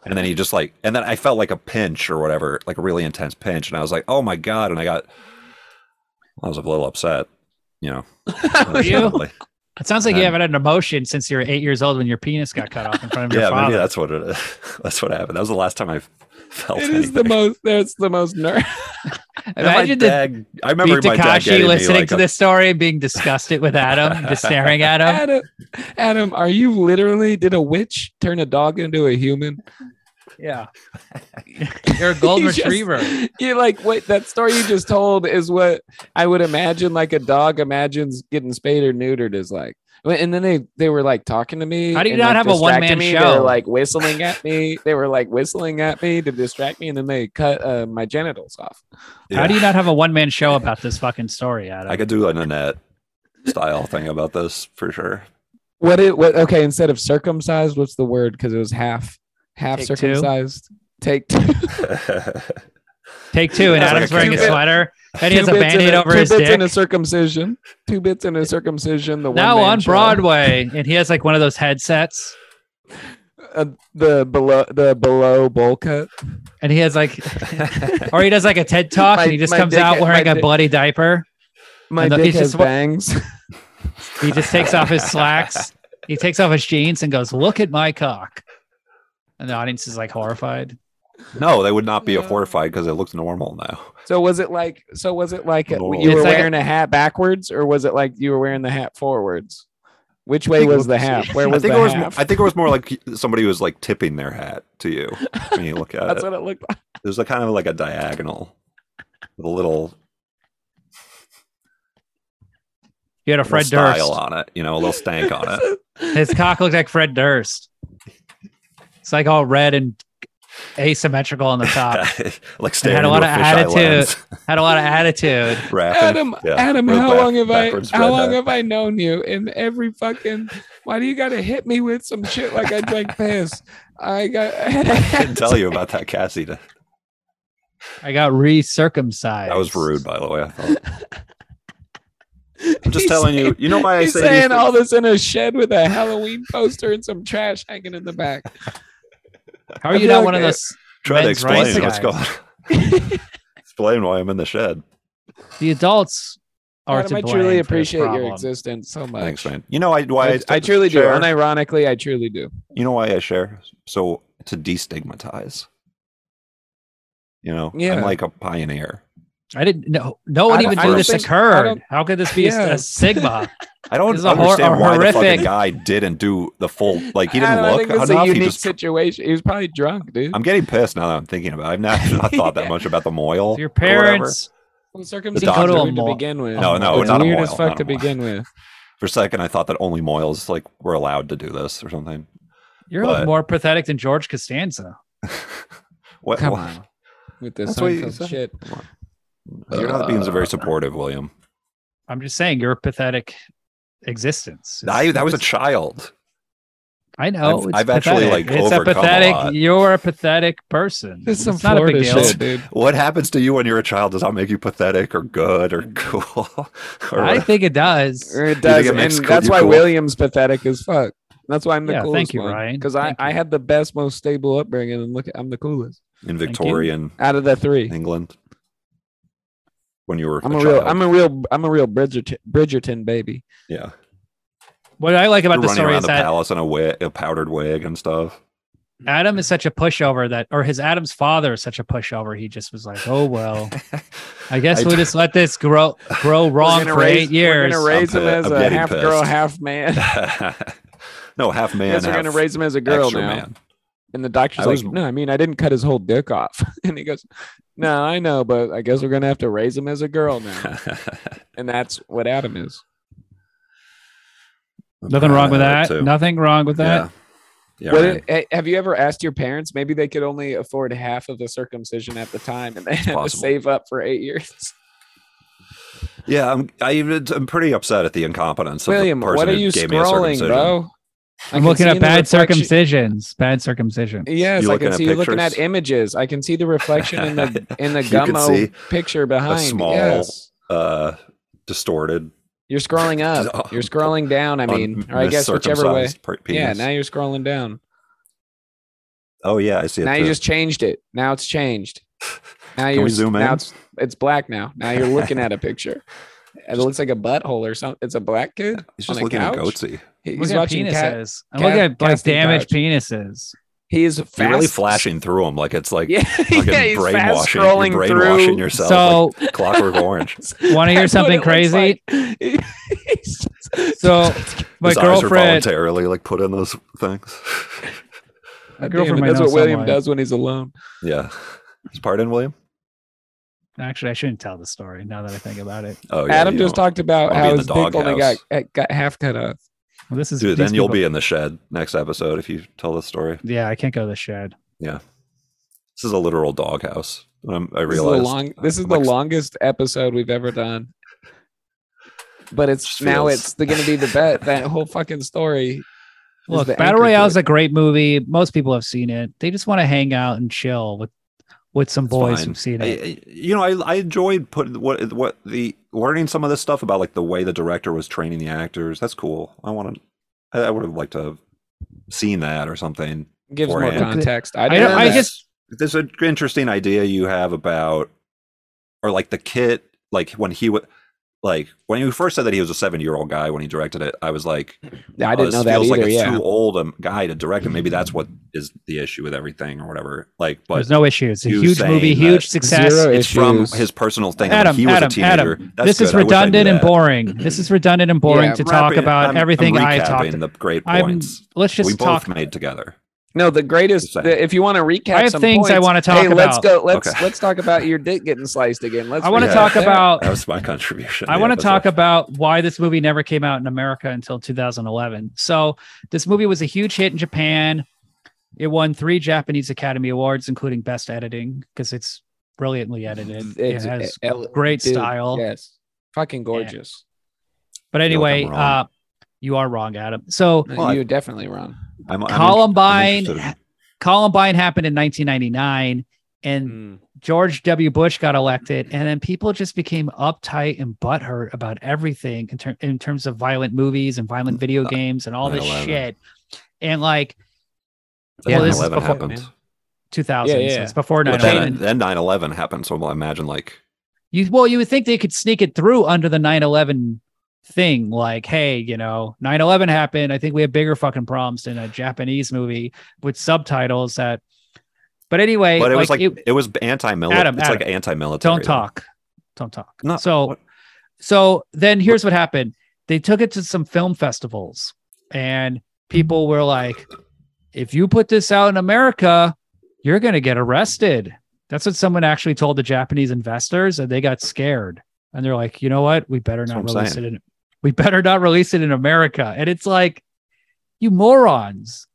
and then he just like, and then I felt like a pinch or whatever, like a really intense pinch, and I was like, oh my god, and I got, I was a little upset, you know, understandably.
It sounds like you
Um,
haven't had an emotion since you were eight years old when your penis got cut off in front of your
yeah, maybe
father.
that's what it is. That's what happened. That was the last time I felt
it
anything.
is the most. That's the most nerve.
And my
Imagine the
dad, I remember
Pete
my dad
Takashi
getting
listening
me like
to
a-
this story and being disgusted with Adam, just staring at him.
Adam, Adam, are you literally? Did a witch turn a dog into a human?
Yeah. You're a golden
You just-
retriever.
You're like, wait, that story you just told is what I would imagine. Like a dog imagines getting spayed or neutered is like. But- And then they they were like talking to me.
How do you
and,
not
like,
have a one-man
distracting me. They
show?
were like whistling at me. they were like whistling at me to distract me, and then they cut uh, my genitals off.
How
Yeah.
do you not have a one man show about this fucking story, Adam?
I could do an Annette style thing about this for sure.
What it what? Okay, instead of circumcised, what's the word? Because it was half half
Take two?
circumcised. Take two.
Take two, and
That's like
Adam's
a
wearing a
kick-ass.
sweater, and he has
two
a
bits
band aid
and
over
two
his
bits
dick.
and a circumcision. Two bits and a circumcision. The
Now
one-man
on
show.
Broadway, and he has like one of those headsets,
Uh, the below the below bowl cut.
and he has like, or he does like a TED talk,
My-
and he just
my
comes
dick-
out wearing
my
a
dick-
bloody diaper.
My
And the-
dick
he's
has
just wa-
bangs.
He just takes off his slacks, he takes off his jeans, and goes, "Look at my cock," and the audience is like horrified.
no, they would not be horrified because it looks normal now.
So was it like? So was it like uh,
Lord.
you were
It's like a-
wearing a hat backwards, or was it like you were wearing the hat forwards? Which way
think it
was the hat? Where
I
was
think
the
it was. More,
half?
I think it was more like somebody was like tipping their hat to you when you look at
That's
it.
what it looked like.
There's a kind of like a diagonal, with a little
You had a
little
Fred
style
Durst.
on it, you know, a little stank on it.
His cock looked like Fred Durst. It's like all red and asymmetrical on the top.
like staring
had a
into a
lot of
fisheye
attitude.
lens,
Had a lot of attitude.
rapping.
Adam,
Yeah,
Adam,
real
how
back-
long have I
backwards
how long
redhead.
have I known you? And every fucking why do you gotta hit me with some shit like I drank piss? I got I had a
I didn't
hat.
tell you about that Cassie. That
I got recircumcised.
was rude, by the way. I thought. I'm just
He's
telling you.
saying-
You know why I
He's
say these
saying
things?
all this in a shed with a Halloween poster and some trash hanging in the back.
How
I
are you
feel
not
like
one of
I-
those?
Try to
men's
explain
rights
what's
guys.
going. on. explain why I'm in the shed.
The adults are
Adam,
to
I
blame
truly
for this
appreciate your
problem.
existence so much.
Thanks, man. You know why? Why
I, I truly do.
share-
Unironically, I truly do.
you know why I share? So to destigmatize. You know,
Yeah.
I'm like a pioneer.
I didn't know. No
I
one
don't-
even
I
knew
don't
this
think- I
occurred.
don't-
How could this be a- a,
Yeah.
sigma?
I don't
This is a hor-
understand
a
why the
horrific-
fucking guy didn't do the full. Like he didn't
Adam, I
look
think it's a
enough. He
unique
just.
situation. He was probably drunk, dude.
I'm getting pissed now that I'm thinking about. it. I've not, I've not thought that
Yeah.
much about the moil.
Your
or whatever.
parents.
I'm
The doctor-
circumcised to,
Go to a
begin with.
No, no,
it's
not a
weird
mall,
as fuck
not a
to
mall.
begin with.
For a second, I thought that only moils like were allowed to do this or something.
You're
But-
more pathetic than George Costanza.
What?
Come
what-
on. With this
That's what you
Seinfeld
said.
shit.
You're not being very supportive, William.
I'm just saying, your pathetic existence.
I, that was a child.
I know.
I've-
it's
I've actually,
pathetic.
like,
it's
overcome a
a pathetic.
lot.
You're a pathetic person.
This is some
it's not a
Florida
big deal.
shit, dude.
What happens to you when you're a child does not make you pathetic or good or cool.
I
or whatever.
think it does.
It
think
does,
it
and
makes
that's
you
why
cool?
William's pathetic as fuck. That's why I'm the
Yeah,
coolest
thank you,
one.
Ryan.
Because I,
Thank
I had the best, most stable upbringing, and look, I'm the coolest
in
you.
Victorian
out of the three.
England when you were
I'm
a
a
child.
real, I'm a real, I'm a real Bridgerton, Bridgerton baby.
yeah.
What I like about
You're
the
running
story
around
is
the
that
palace in a, wig, a powdered wig and stuff.
Adam is such a pushover that, or his Adam's father is such a pushover. He just was like, "Oh well, I guess
I
we'll
d-
just let this grow grow wrong
We're
for
gonna raise-
eight years."
We're gonna raise
I'm
him
pi-
as
I'm
a
getting
half girl,
pissed.
half man.
no, half man.
Yes, we're
half
gonna raise him as a girl
extra
now.
man.
And the doctor's
I was-
like, no, I mean, I didn't cut his whole dick off. and he goes, no, I know, but I guess we're gonna have to raise him as a girl now. and that's what Adam is.
Nothing wrong with
Uh,
that.
too.
Nothing wrong with that.
Yeah. Yeah,
What
man.
it- eh, have you ever asked your parents? Maybe they could only afford half of the circumcision at the time, and they had to
possible.
save up for eight years.
Yeah, I'm. I, even- I'm pretty upset at the incompetence. of
William,
the person
what are
who
you
gave me a
scrolling,
circumcision.
bro? I
I'm
can
looking
see
at
in the
bad
reflection-
circumcisions. Bad circumcisions.
Yes,
You
I
looking
can
at
see you looking at
pictures?
images. I can see the reflection in the in the
You can see
gummo picture behind.
small-
yes.
Uh, distorted.
You're scrolling
Oh,
up. You're scrolling down. I mean,
un-
or I guess whichever way.
miscircumcised per-
Yeah,
penis.
now you're scrolling down.
oh yeah, I see it.
now you
too.
just changed it. Now it's changed. Now
Can
you're
we zoom
now
in?
it's it's black now. Now you're looking at a picture. It looks like a butthole or something. It's a black kid.
He's
on
just
a
looking
couch?
at Goatsy.
He-
Look
He's
at
watching cat.
penises. I'm
cat-
looking at like
casting
damaged
couch.
penises.
He is fast.
You're really flashing through him like it's like
Yeah,
fucking
yeah he's fast
brainwashing.
scrolling
You're brainwashing
through.
yourself.
So
like Clockwork Orange.
Wanna hear
That's what
something
it looks like. He's just-
So, my
His eyes are
girlfriend.
voluntarily like put in those things.
My
Damn
girlfriend
it,
might
that's
know
what William
someone.
does when he's alone.
yeah. Is pardon William?
Actually, I shouldn't tell the story now that I think about it.
Oh yeah.
Adam
you
just
don't-
talgot about
I'll be
how
in
his
the
dick only got
doghouse.
got half cut off.
Well, this is
Dude,
these
then you'll
people-
be in the shed next episode if you tell this story.
Yeah, I can't go to the shed.
This is a literal doghouse. Um, I
This is the
realized.
long- this is
I'm
the
like-
longest episode we've ever done. But it's
Just
now
feels-
it's the, gonna be the bet that whole fucking story. is
Look,
the
Battle
anchor to
Royale is
it.
a great movie. Most people have seen it. They just want to hang out and chill with with some
It's
boys
fine.
who've seen
I,
it.
I- you know, I, I enjoyed putting what what the learning some of this stuff about like the way the director was training the actors. That's cool. I want to. I, I would have liked to have seen that or something.
gives more
beforehand.
context. I
I
didn't
don't-
know
I
that.
just-
there's an interesting idea you have about, or like the kid, like when he was, like when you first said that he was a seven year old guy when he directed it, I was like,
Yeah, I
oh,
didn't
this
know that
feels
either.
like a
yeah,
too old a guy to direct it. Maybe that's what is the issue with everything or whatever. Like, but
There's no issue. It's a
you
huge
saying
movie,
that
huge success.
Zero
it's from
issues.
his personal thing.
Adam,
when he was
Adam,
a teenager.
Adam,
That's
this is
good. I wish I knew
redundant and
that.
boring. This is redundant and boring
Yeah,
to
I'm
talk
wrapping-
about
I'm-
everything
I'm
i talked.
recapping the great
I'm-
points
Let's
we
just
both
talk.
made together.
no, the greatest.
Just saying.
The, if you want to recap,
I have
some
things I
points,
want to talk
hey,
about.
let's go. Let's
Okay.
let's talk about your dick getting sliced again. Let's.
I want to
Yeah.
talk
recap that.
about.
That was my contribution.
I
the
want to
episode.
talk about why this movie never came out in America until 2011. So, this movie was a huge hit in Japan. It won three Japanese Academy Awards, including Best Editing, because it's brilliantly edited.
It's-
it has
e-,
el-
great
dude,
style.
Yes, fucking gorgeous.
But
like I'm
anyway, uh,
wrong.
you are wrong, Adam. So,
No,
Well, I-
You're definitely wrong.
I'm, I'm in-
Columbine,
interested in-
Columbine happened in 1999, and
Mm.
George W. Bush got elected, and then people just became uptight and butthurt about everything in, ter- in terms of violent movies and
Mm,
violent
uh,
video games and all this
9/11.
shit. And like
Then
Yeah,
9/11
this is before-
happened.
man.
2000,
Yeah,
so
yeah.
it's before
But
9
then,
11.
then 9/11 happened, so I imagine like
You, well, you would think they could sneak it through under the 9 11 thing. Like, hey, you know, 9 11 happened. I think we have bigger fucking problems than a Japanese movie with subtitles that. But anyway,
but it was like
it-
it, was anti-military.
Adam,
it's like
Adam,
anti-military.
don't talk don't talk
No,
so
what-
so then here's what happened they took it to some film festivals and people were like if you put this out in america you're going to get arrested that's what someone actually told the japanese investors and they got scared and they're like you know what we better
That's
not
what I'm
release
saying.
it in we better not release it in america and it's like you morons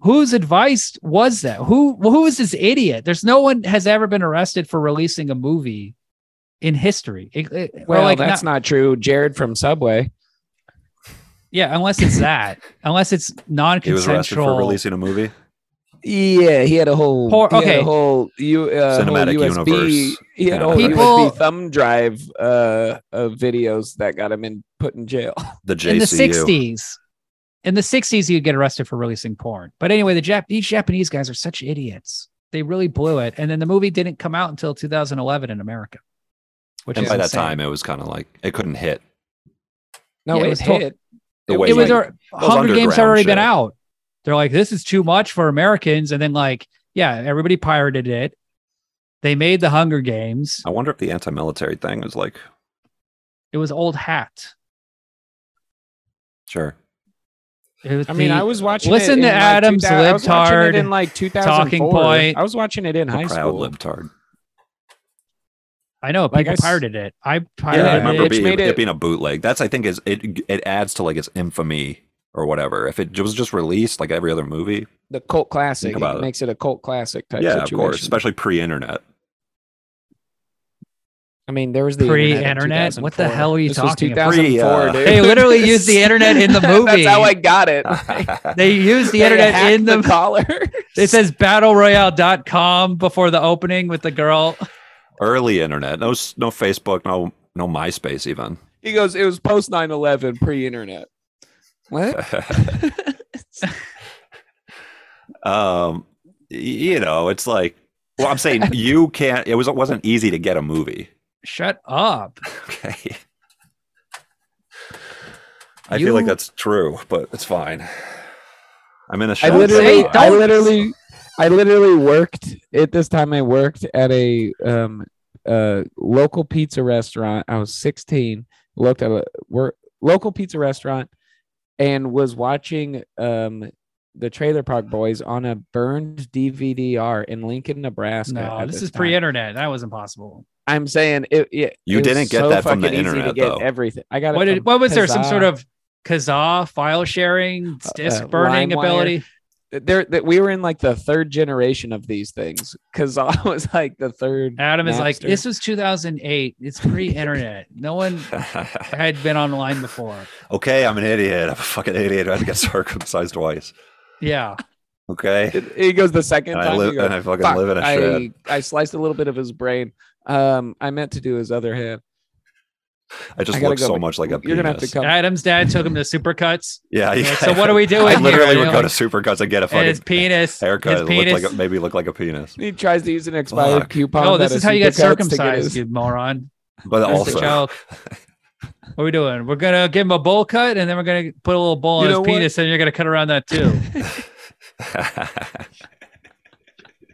whose advice was that who who is this idiot there's no one has ever been arrested for releasing a movie in history It- it- or
Well,
like
that's
not-
not, true. Jared from Subway.
yeah unless it's that unless it's
He was arrested for
non-consensual
releasing a movie.
Yeah, he had a whole
Por-
he had
okay.
a whole U, uh, whole
Cinematic
USB.
universe.
He had
Yeah.
a whole
People-
USB thumb drive uh, of videos that got him in put in jail.
The JCU.
in the 60s in the 60s you'd get arrested for releasing porn but anyway the Jap- these japanese guys are such idiots they really blew it and then the movie didn't come out until 2011 in america which
and
is
by that
insane.
time, it was kind of like it couldn't hit.
No,
Yeah,
it,
it was tot-
hit.
The
It
way
it was
like,
our Hunger Games had
underground
already been
shit.
out. They're like, this is too much for Americans, and then like, yeah, everybody pirated it. They made the Hunger Games.
I wonder if the anti-military thing was like
It was old hat.
sure.
It was
I mean,
the-
I was watching.
Listen
it
to
in like
Adam's
2000 I was watching it
libtard
in like 2004.
point.
I was watching it in
The
high
proud
school.
libtard.
I know
like,
people
I s-
pirated it. I
Yeah,
pirated
I
it.
remember
Which
being,
made
it,
it-
being a bootleg. That's I think is it it adds to like its infamy or whatever. If it was just released like every other movie,
The cult classic
Think about
it
it.
makes it a cult classic type
yeah,
situation.
of course, especially pre-internet.
I mean, there was the
Pre-internet?
in
What the hell are you
2004.
talking
this was
about?
2004,
Pre, uh,
dude.
They literally used the internet in the movie.
That's how I got it.
They used the internet in the.
collar.
it says battleroyale.com before the opening with the girl.
early internet. No s- no Facebook, no no MySpace even.
He goes, it was post 9 11, pre internet. What?
um, y- you know, it's like well, I'm saying you can't. It was it wasn't easy to get a movie.
Shut up.
Okay. I feel like
You-
that's true, but it's fine. I'm in a
I
show.
literally,
Hey,
I
don't-
literally, I literally worked at this time. I worked at a um, uh, local pizza restaurant. I was 16. Looked at a work, local pizza restaurant and was watching um, the Trailer Park Boys on a burned DVDR in Lincoln, Nebraska.
No,
at
this is
time.
pre-internet. That was impossible.
I'm saying it. yeah,
You
it was
didn't get
so
that from the
fucking easy to
internet,
get
though.
Everything. I got it
What
from
did? What was there? Some
Kazaa.
sort of Kazaa file sharing, disk
uh,
burning
LimeWire.
ability.
There, that we were in like the third generation of these things. Kazaa was like the third.
Adam is like,
Napster.
this was 2008. It's pre-internet. no one had been online before.
okay, I'm an idiot. I'm a fucking idiot. I had to get circumcised twice.
Yeah,
Okay.
It, it goes the second
And
time.
I
you
live
go,
and I fucking
"Fuck,
live in a shed.
I, I sliced a little bit of his brain. Um, I meant to do his other hand.
I just
I gotta
look
go,
so
but
much like a
You're
penis.
gonna have to come.
Adam's dad took him to Supercuts.
yeah, yeah.
So what are we doing?
I literally
here?
would go to Supercuts and get a
and his
fucking
penis.
haircut.
His
that looked
penis.
like a, maybe look like a penis,
He tries to use an expired
Fuck.
coupon.
oh,
that
this
a
is how you get
supercut to
circumcised,
his-
you moron.
but
That's the
also
joke. What are we doing? We're gonna give him a bowl cut, and then we're gonna put a little bowl
You
in his
know what?
penis, and you're gonna cut around that too.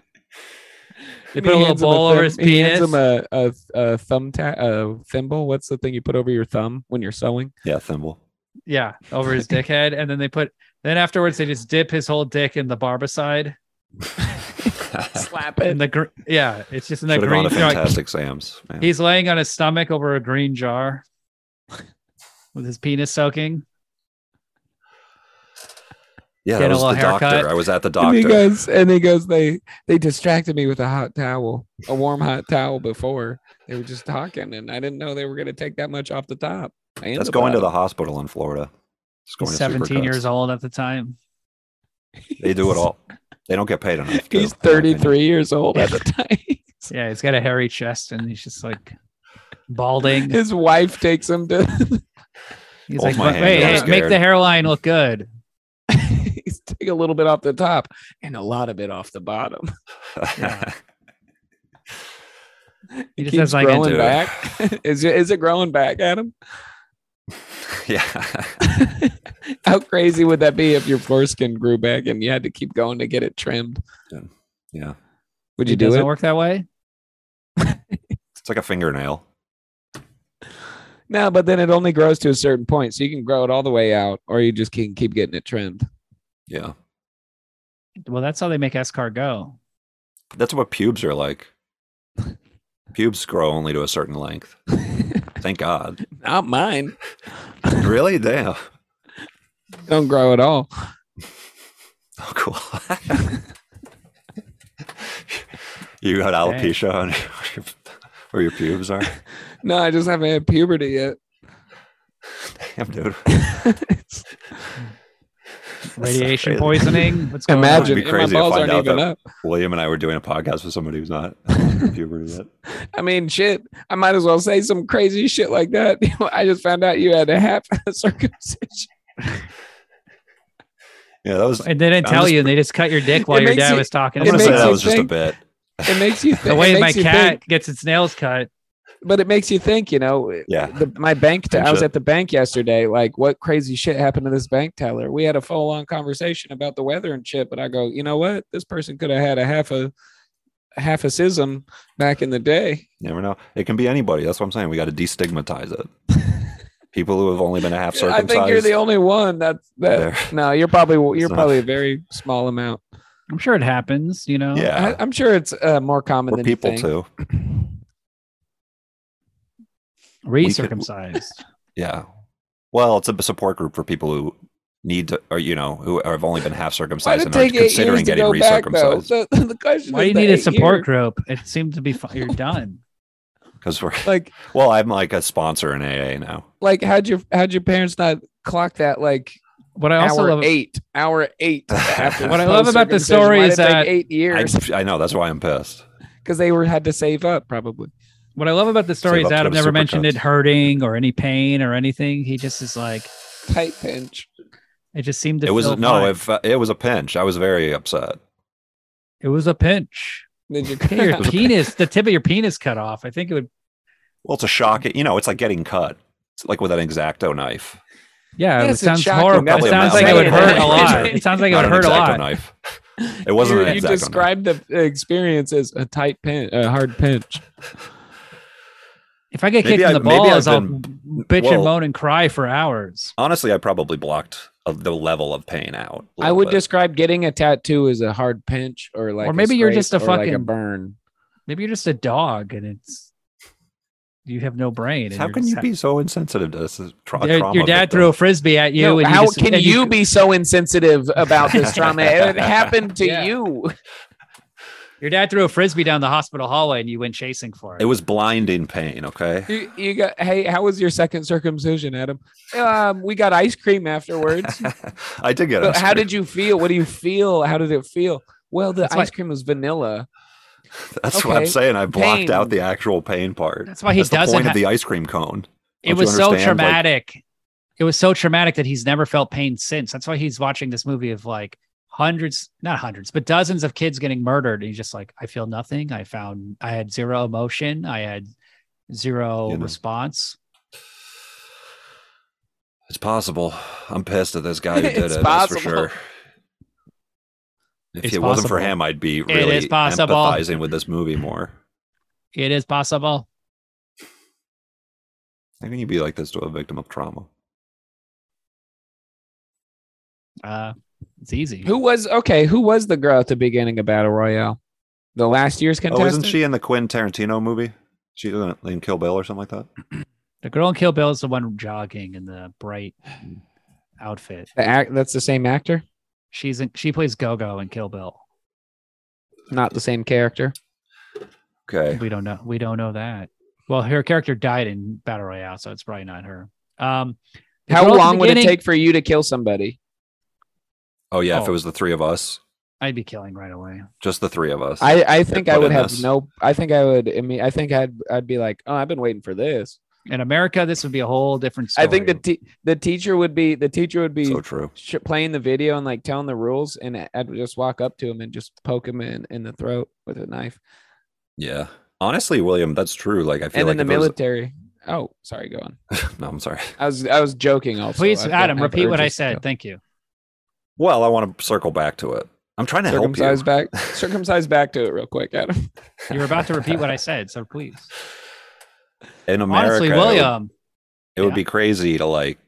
They
And
put a
he
little
hands him
bowl over
thim-
his
He hands
penis.
him a, a, a thumb ta- a thimble. What's the thing you put over your thumb when you're sewing?
yeah, thimble.
yeah, over his dickhead, and then they put. Then afterwards, they just dip his whole dick in the barbicide.
Slap
In the gr- yeah, it's just in that
Should have
green.
gone to
jar.
Fantastic Sam's. Man.
He's laying on his stomach over a green jar with his penis soaking.
Yeah,
get
that
a
was the
little haircut.
doctor. I was at the
And he
doctor.
goes, and he goes. They they distracted me with a hot towel, a warm hot towel. Before they were just talking, and I didn't know they were going to take that much off the top. and
That's
the
going to the
bottom.
hospital in Florida. Just going
He's
to
17
Supercuts.
years old at the time.
They do it all. They don't get paid enough. too,
He's
in my opinion.
33 years old at the time.
Yeah, he's got a hairy chest and he's just like balding.
His wife takes him to.
He's like,
Hold my hand,
hey,
I'm
hey, make
scared."
the hairline look good.
he's take a little bit off the top and a lot of it off the bottom.
Yeah.
It
just
keeps
has, like, a-
growing
Dude.
back. is it is it growing back, Adam?
yeah.
How crazy would that be if your foreskin grew back and you had to keep going to get it trimmed?
Yeah.
Would you
it
do
doesn't
it?
work that way.
It's like a fingernail.
No, but then it only grows to a certain point, so you can grow it all the way out, or you just can keep getting it trimmed.
Yeah.
Well, that's how they make escargot.
But that's what pubes are like. Pubes grow only to a certain length. Thank God.
Not mine.
Really? Damn.
Don't grow at all.
Oh, cool. you got alopecia on your, where your pubes are?
No, I just haven't had puberty yet.
Damn, dude.
Radiation
crazy.
poisoning. What's going
Imagine
be
and
crazy to
my balls
find
aren't
out
even
that-
up.
William and I were doing a podcast with somebody who's not in puberty yet.
I mean, shit. I might as well say some crazy shit like that. I just found out you had a half circumcision.
Yeah, that was.
on? And they didn't
I'm
tell
just-
you, and they just cut your dick while
It
your
makes
dad
you-
was talking.
I'm
it
gonna
about
say
makes
that
it.
you
was just a
think-
bit.
It makes you. Th-
the way
it
my
makes you
cat
think-
gets its nails cut.
but it makes you think. You know,
Yeah,
the, my bank. T- I was
Gotcha.
at the bank yesterday. Like, what crazy shit happened to this bank teller? We had a full on conversation about the weather and shit. But I go, you know what? This person could have had a half a half a schism back in the day.
you never know. It can be anybody. That's what I'm saying. We got to destigmatize it. People who have only been a half
I
circumcised.
think you're the only one that's that.
they're-
No, you're probably you're
not-
probably a very small amount.
I'm sure it happens, you know.
yeah,
I, I'm sure it's uh, more common
Ah. we're
than
people
you think.
too.
Recircumcised.
Yeah. Well, it's a support group for people who need to, or you know, who have only been half
Why
circumcised
did
and
it
are
take eight years
considering
to
getting
go back though?
recircumcised
The, the question
Why do
is
you
the
need a
eight
support
year-
group? It seemed to be fun. You're done.
because we're.
Like,
Well, I'm like a sponsor in AA now.
like how'd your how'd your parents not clock that like
What I also
hour
love,
eight, hour eight? After
What I love about the
post-circumcision?
story
Why
is
did it take
that-
eight
I,
years
I know that's why I'm pissed.
because they were had to save up probably.
what I love about the story is
Save up to
Adam
the
never
Supercuts.
mentioned it hurting or any pain or anything. He just is like,
Tight pinch.
it just seemed to.
It was
feel
no,
fine.
if uh, it was a pinch, I was very upset.
it was a pinch.
Did you
Get your penis, the tip of your penis cut off. I think it would.
Well, it's a shock. You know, it's like getting cut. It's like with an exacto knife.
Yeah,
Yes, it's
it sounds
shocking.
horrible. It
Probably a
sounds
mountain
like it would
of
hurt a
pain.
lot. It sounds like it
Not
would hurt
an
a
X-Acto
lot.
knife. It wasn't
you,
an
you
exacto knife.
described the experience as a tight pinch, a hard pinch.
If I get
Maybe
kicked in
I-
the
maybe I've
balls, I'll
been-
bitch and
well-
moan and cry for hours.
Honestly, I probably blocked uh, the level of pain out. a
I
little
would
bit.
describe getting a tattoo as a hard pinch or like
Or
a
maybe you're
scrape
just a
or like a
fucking-
burn.
Maybe you're just a dog and it's you have no brain. and
How
you're
can
just
you
ha-
be so insensitive to this? Is tra-
Your-
trauma
Your dad
victim.
threw a frisbee at you.
No,
and you
how
just-
can
and
you, be so insensitive about this trauma? it happened to
Yeah.
you.
Your dad threw a frisbee down the hospital hallway, and you went chasing for it.
It was blinding pain. Okay.
you. You got hey, how was your second circumcision, Adam? Um, we got ice cream afterwards.
I did get
But
it.
how did you feel? What do you feel? How did it feel? Well, the
That's
ice cream was vanilla.
That's what I'm
okay,
saying. I blocked
pain.
out the actual pain part.
That's why he
That's the
doesn't.
point
Ha-
of the ice cream cone.
it
Don't you
was so
understand? Like,
traumatic. it was so traumatic that he's never felt pain since. That's why he's watching this movie of like hundreds, not hundreds, but dozens of kids getting murdered. And he's just like, I feel nothing. I found I had zero emotion. I had zero
You know.
response.
It's possible. I'm pissed at this guy who did
It's
it. That's for
possible.
sure. If
It's
it wasn't for
possible.
him, I'd be
is
really
possible.
empathizing with this movie more.
It is possible.
How can you be like this to a victim of trauma?
Uh, it's easy.
Who was okay? Who was the girl at the beginning of Battle Royale? The last year's
Oh,
contestant.
isn't she in the Quentin Tarantino movie? She in, in Kill Bill or something like that.
The girl in Kill Bill is the one jogging in the bright outfit.
The act, that's the same actor,
She's in, she plays Go Go in Kill Bill.
not the same character.
Okay.
We don't know. We don't know that. Well, her character died in Battle Royale, so it's probably not her. Um, the girl
How
at the
long would it
beginning-
take for you to kill somebody?
Oh yeah, if
Oh.
it was the three of us,
I'd be killing right away.
just the three of us.
I, I think I
put in
would have
this.
no. I think I would. I mean, I think I'd I'd be like, oh, I've been waiting for this.
In America, this would be a whole different story.
I think the te- the teacher would be the teacher would be
so true.
sh- playing the video and like telling the rules, and I- I'd just walk up to him and just poke him in in the throat with a knife.
Yeah. Honestly, William, that's true. Like I feel
And
like
then the
if it was-
military. Oh, sorry, go on.
no, I'm sorry.
I was I was joking. Also,
please,
I've got-
Adam,
I've
repeat what I
urges to
said.
go.
Thank you.
Well, I want to circle back to it. I'm trying to help you.
Circumcise back, circumcise back to it real quick, Adam.
You were about to repeat what I said, so please.
In America,
Honestly,
it would-
William,
it would
yeah.
be crazy to like,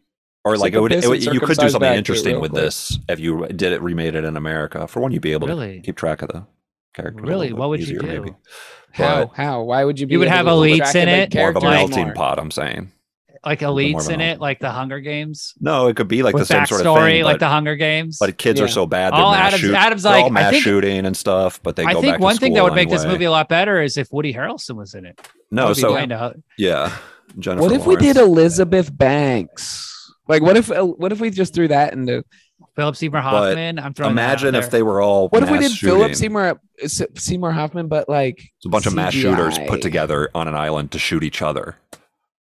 or
Just
like
take
it
a
would,
piss
it
and
would- you could do
circumcise back
something
to it
interesting
real
with
quick.
this if you did it, remade it in America. For one, you'd be able
Really?
to keep track of the characters. a
Really?
little bit
What would you
easier,
do?
Maybe.
How?
But-
How? Why would you? be
You would
able
have
to
elites
track
in
and make
it?
More of a
characters
melting
more?
pot. I'm saying.
like
more of
elites
an
in it, like the Hunger Games,
No, it could be like
with
the same
backstory,
sort of thing.
like
But,
the Hunger Games.
but kids
Yeah.
are so bad. They're
All
mass,
Adam's,
shoot,
Adam's
they're all
like,
mass
I think,
shooting and stuff. But they
I
go
think
back
one
to
thing that
school
would make this
anyway.
movie a lot better is if Woody Harrelson was in it.
No,
That'd be
so
kind of-
yeah, Jennifer.
what if we did
Lawrence.
Elizabeth Banks? Like, what if what if we just threw that into?
Philip Seymour Hoffman. I'm throwing. that out
Imagine if
there.
they were all.
What if we
mass
did Philip
shooting.
Seymour S- Seymour Hoffman, but like
It's a bunch of mass shooters
CGI?
put together on an island to shoot each other.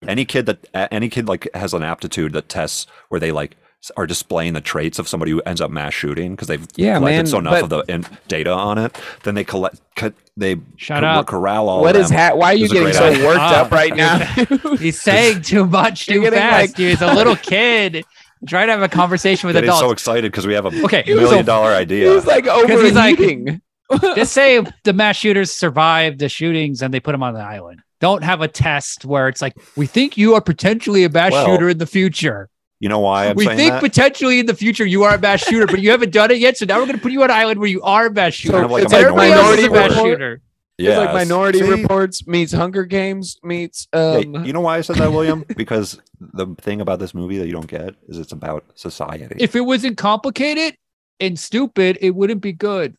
Any kid that a- any kid like has an aptitude that tests where they like s- are displaying the traits of somebody who ends up mass shooting because they've
Yeah,
collected
man,
so enough
but-
of the in, data on it. Then they collect co- they
Shut
co-
up.
corral all.
What
of
is
them.
hat? Why are you
This is a
getting
great
so
idea.
worked
Ah,
up right now?
He's saying too much
You're
too
getting,
fast.
like-
He's a little kid trying to have a conversation with
Getting so
adults.
excited because we have a
okay,
million
so
dollar idea.
He's like
he's like-
overheating.
just say the mass shooters survived the shootings and they put him on the island. Don't have a test where it's like we think you are potentially a mass
Well,
shooter in the future.
you know why I'm
We
saying
think
that?
potentially in the future you are a mass shooter, but you haven't done it yet. So now we're going to put you on an island where you are a mass shooter.
kind of like
it's
a
Everybody else is
minority
a mass
report.
shooter.
It's like
Yes.
Minority
See?
Reports meets Hunger Games meets
Hey,
um.
you know why I said that, William? Because the thing about this movie that you don't get is it's about society.
If it wasn't complicated and stupid, it wouldn't be good.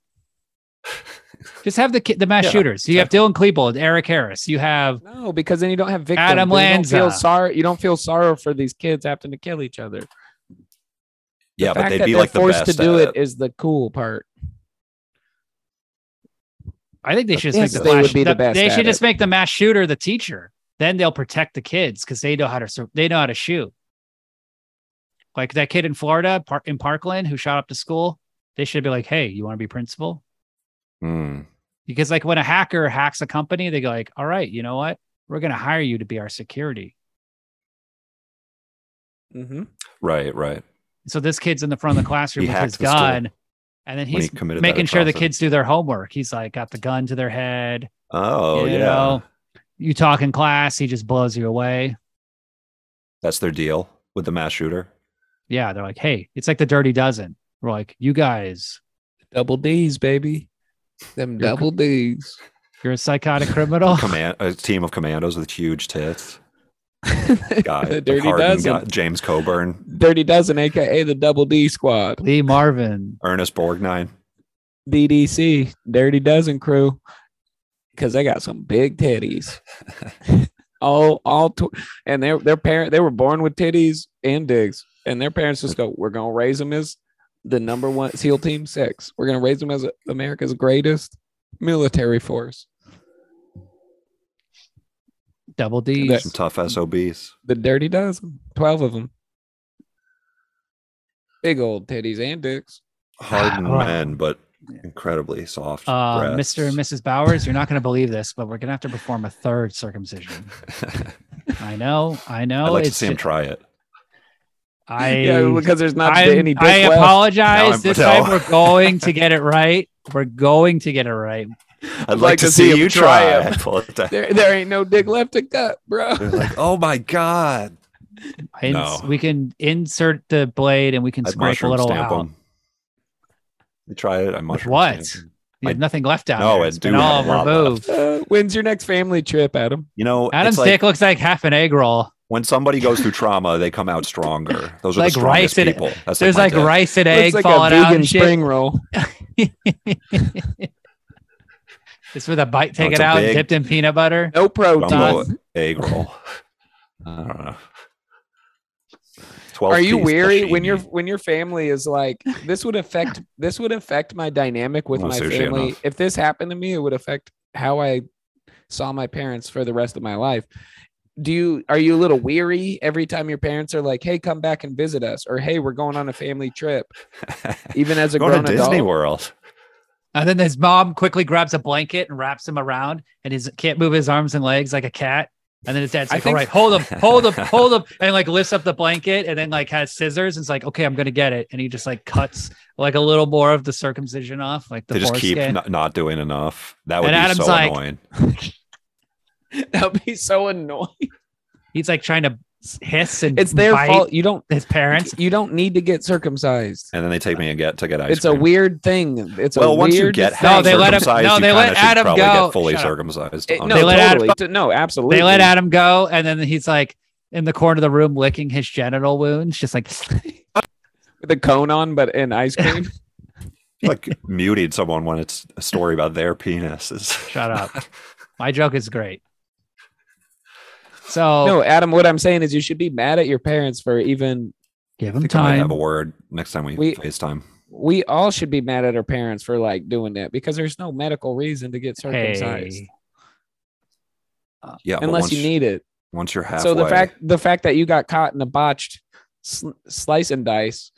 Just have the ki- the mass
Yeah,
shooters. You have Dylan Klebold, Eric Harris. You have
no, because then you don't have victims.
Adam
then you don't feel
Lanza.
sorry. You don't feel sorrow for these kids having to kill each other. The
yeah, but
fact
they'd
that
be
they're
like the
forced
best
to do
at
it is the cool part.
I think they should just
Yes,
make the
they would
flash.
be the
the-
best
they should
at
just make the mass shooter the teacher. Then they'll protect the kids because they know how to sur- they know how to shoot. Like that kid in Florida, par- in Parkland, who shot up to school. They should be like, "Hey, you want to be principal?"
Mm.
Because like when a hacker hacks a company, they go like, "All right, you know what? We're going to hire you to be our security."
Mm-hmm.
Right, right.
So this kid's in the front of the classroom
He
with
hacked
his
the school
gun, and then
when
he's
he committed that
making sure the
atrocity.
kids do their homework. He's like got the gun to their head.
Oh
you
yeah,
know? you talk in class, he just blows you away.
that's their deal with the mass shooter.
Yeah, they're like, hey, it's like the Dirty Dozen. We're like, you guys,
Double D's, baby. Them
You're
double D's.
You're a psychotic criminal.
Command a team of commandos with huge tits. Guy,
the
like
Dirty
Hardin
Dozen,
guy- James Coburn,
Dirty Dozen, aka the Double D Squad,
Lee Marvin.
Ernest Borgnine.
DDC, Dirty Dozen crew, because they got some big titties. all, all, tw- and their their parent they were born with titties and digs, and their parents just go, "We're gonna raise them as the number one SEAL Team Six. We're gonna raise them as America's greatest military force."
Double D's.
That-
Some tough SOBs.
The Dirty Dozen, twelve of them, big old titties and dicks.
Hardened
Oh.
men, but incredibly soft.
Uh,
breasts.
Mr. and Mrs. Bowers, you're not going to believe this, but we're going to have to perform a third circumcision. I know, I know.
I'd like to
it's
see him
ju-
try it.
I,
yeah, because there's not
I,
any dick
I
left.
apologize.
No, I'm-
this
no.
time we're going to get it right. We're going to get it right.
I'd like, to, see,
him
you
try
try,
it.
it. Pull it down.
There, there ain't no dick left to cut, bro.
They're like, oh my god!
Ins-
No.
We can insert the blade and we can
I'd
scrape a
mushroom
little
stamp
out.
him. You try it. I mushroom.
what?
stamp 'em.
You have
I-
nothing left out.
No,
there.
I
It's
do
been all
have a lot left.
removed.
Uh, when's your next family trip, Adam?
You know,
Adam's
it's like
dick looks like half an egg roll.
when somebody goes through trauma, they come out stronger. Those are
Like
the strongest
rice and-
people. That's
There's
my
like
dick.
rice and
Looks
egg
like
falling
a
out
vegan
and shit.
spring roll.
Just with a bite
No,
taken
Oh, it's a
out and
big-
dipped in peanut butter.
No
Jumbo
protein.
egg roll. I don't know. 12
Are you
piece
weary
sashimi.
when your when your family is like this would affect this would affect my dynamic with
No
my
sushi
family.
enough.
If this happened to me, it would affect how I saw my parents for the rest of my life. Do you are you a little weary every time your parents are like, "Hey, come back and visit us," or "Hey, we're going on a family trip," even as a
going to
grown
Disney
adult?
World?
And then his mom quickly grabs a blanket and wraps him around, and he can't move his arms and legs like a cat. And then his dad's
I
like,
think-
"All right, hold him, hold him, hold him," and like lifts up the blanket, and then like has scissors. And it's like, "Okay, I'm gonna get it," and he just like cuts like a little more of the circumcision off, like the
they just keep
foreskin.
not, not doing enough. That would
And
be
Adam's
so
like-
annoying.
That'd be so annoying.
He's like trying to hiss and
It's their
bite
fault. You don't
His parents.
you don't need to get circumcised.
And then they take me and get to get ice
it's a
cream.
weird thing. It's
well,
a
once you
weird
get
thing.
No,
half
they let him-
circumcised,
no,
you
they
kinda
let
should
Adam
probably
go.
Get fully
Shut up.
circumcised.
It-
on
no,
They
it.
let Adam
totally.
go-
T- no, absolutely.
They let Adam go, and then he's like in the corner of the room licking his genital wounds, just like
with a cone on, but in ice cream.
like muted someone when it's a story about their penises.
Shut up. My joke is great. So
no, Adam, what I'm saying is you should be mad at your parents for even.
give
I
him
think I might
time.
have a word next time we,
We-
FaceTime.
We all should be mad at our parents for like doing that because there's no medical reason to get circumcised
Hey,
Yeah, but
unless
once,
you need it.
once you're halfway.
So the fact the fact that you got caught in a botched sl- slice and dice,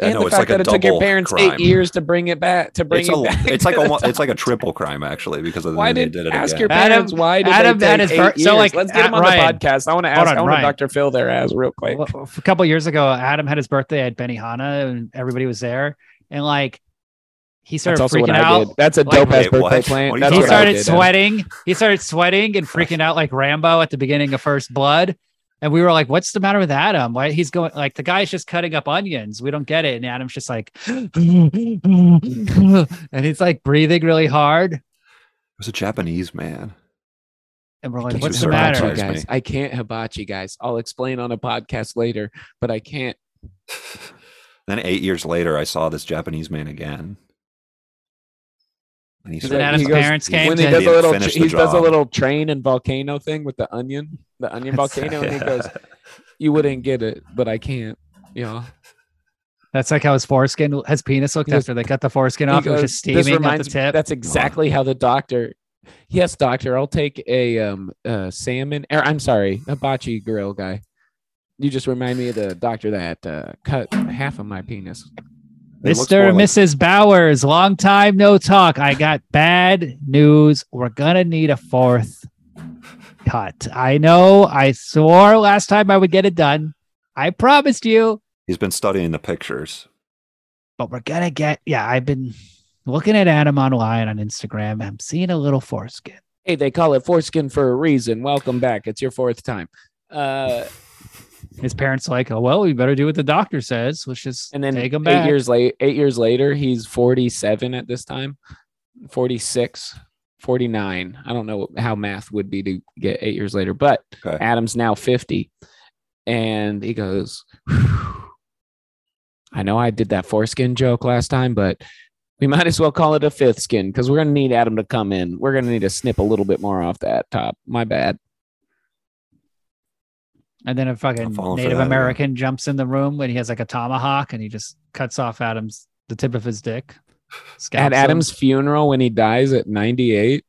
I
and
know,
the
it's
fact
like a
that it took your
double
parents
crime.
eight years to bring it back to bring
it's,
it
a,
back.
it's like
to the
almost, it's
top.
like a triple crime actually because of
Why
then
did,
they did it
ask
again.
your
Adam-
parents why did
Adam,
Adam, they
that
take
is
eight
ver- so,
years?
like,
Let's get him
uh,
on
Ryan.
the podcast. I want to
Hold
ask.
on,
I want
Ryan.
to Dr. Phil their ass real quick.
well, a couple years ago, Adam had his birthday at Benihana, and everybody was there, and like he
That's
started
also what
freaking
I
out.
did. That's a
Like-
dope ass
Wait,
birthday
what?
plan.
What are you
That's
talking
he
what I
started
did, Adam.
sweating. He started sweating and freaking out like Rambo at the beginning of First Blood. And we were like, "What's the matter with Adam? Why he's going like the guy's just cutting up onions? We don't get it." And Adam's just like, and he's like breathing really hard.
It was a Japanese man.
And we're
I
like,
can't
"What's the
hibachi,
matter?"
Surprise
guys?
me.
I can't hibachi, guys. I'll explain on a podcast later, but I can't.
Then eight years later, I saw this Japanese man again. And he
Is
Then
that-
started-
Adam's
he goes-
parents came.
When
to
he
him.
does a
didn't
little,
finish
he
the
does a
job.
little train and volcano thing with the onion, the onion volcano, and he goes, "You wouldn't get it, but I can't." Yeah,
That's like how his foreskin, his penis looked
He goes-
after they cut the foreskin off. it was just steaming at the
me.
tip.
That's exactly how the doctor. Yes, doctor, I'll take a um uh, salmon. Or I'm sorry, hibachi grill guy. You just remind me of the doctor that uh, cut half of my penis.
It looks
Mr. and
more like-
Mrs. Bowers, long time no talk. I got bad news. We're gonna need a fourth cut. I know. I swore last time I would get it done. I promised you,
He's been studying the pictures.
but we're gonna get. Yeah, I've been looking at Adam online on Instagram. I'm seeing a little foreskin.
Hey, they call it foreskin for a reason. Welcome back. It's your fourth time. Uh,
His parents are like, oh well, we better do what the doctor says. Let's just
and then
take him
eight
back.
years later, eight years later, he's 47 at this time, 46, 49. I don't know how math would be to get eight years later, but
Okay.
Adam's now 50. And he goes, "Whew. I know I did that foreskin joke last time, but we might as well call it a fifth skin because we're going to need Adam to come in. We're going to need to snip a little bit more off that top. My bad.
And then a
I'm
fucking
falling for
Native
that, yeah.
American jumps in the room when he has like a tomahawk and he just cuts off Adam's the tip of his dick.
At
scalps him.
Adam's funeral when he dies at 98,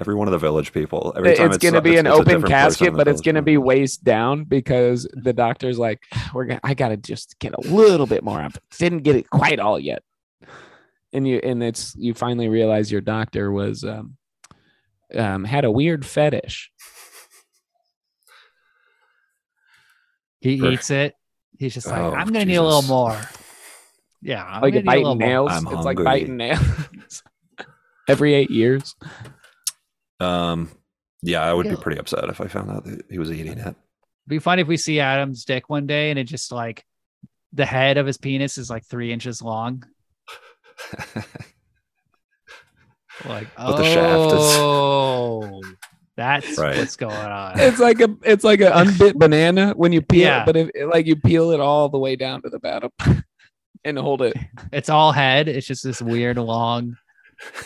Every one of the village people. Every time
it's going to be
it's-
an
it's a
open
different person in
casket,
the
but it's
village
going to
people.
be waist down because the doctor's like, "We're gonna, I got to just get a little bit more up. Didn't get it quite all yet." And you and it's you finally realize your doctor was um, um had a weird fetish.
he
Sure.
eats it. He's just like,
Oh,
I'm gonna need a little
Jesus.
more. Yeah, I'm
like
gonna
you
need a little
biting
more.
nails.
I'm
it's like
hungry.
biting nails every eight years.
Um, yeah, I would
Yeah.
be pretty upset if I found out that he was eating it.
It'd be funny if we see Adam's dick one day and it just like the head of his penis is like three inches long. Like,
But
oh,
the shaft is-
that's
Right.
what's going on.
It's like a it's like an unbit banana when you peel
Yeah.
it, but if like you peel it all the way down to the bottom and hold it.
It's all head. It's just this weird long.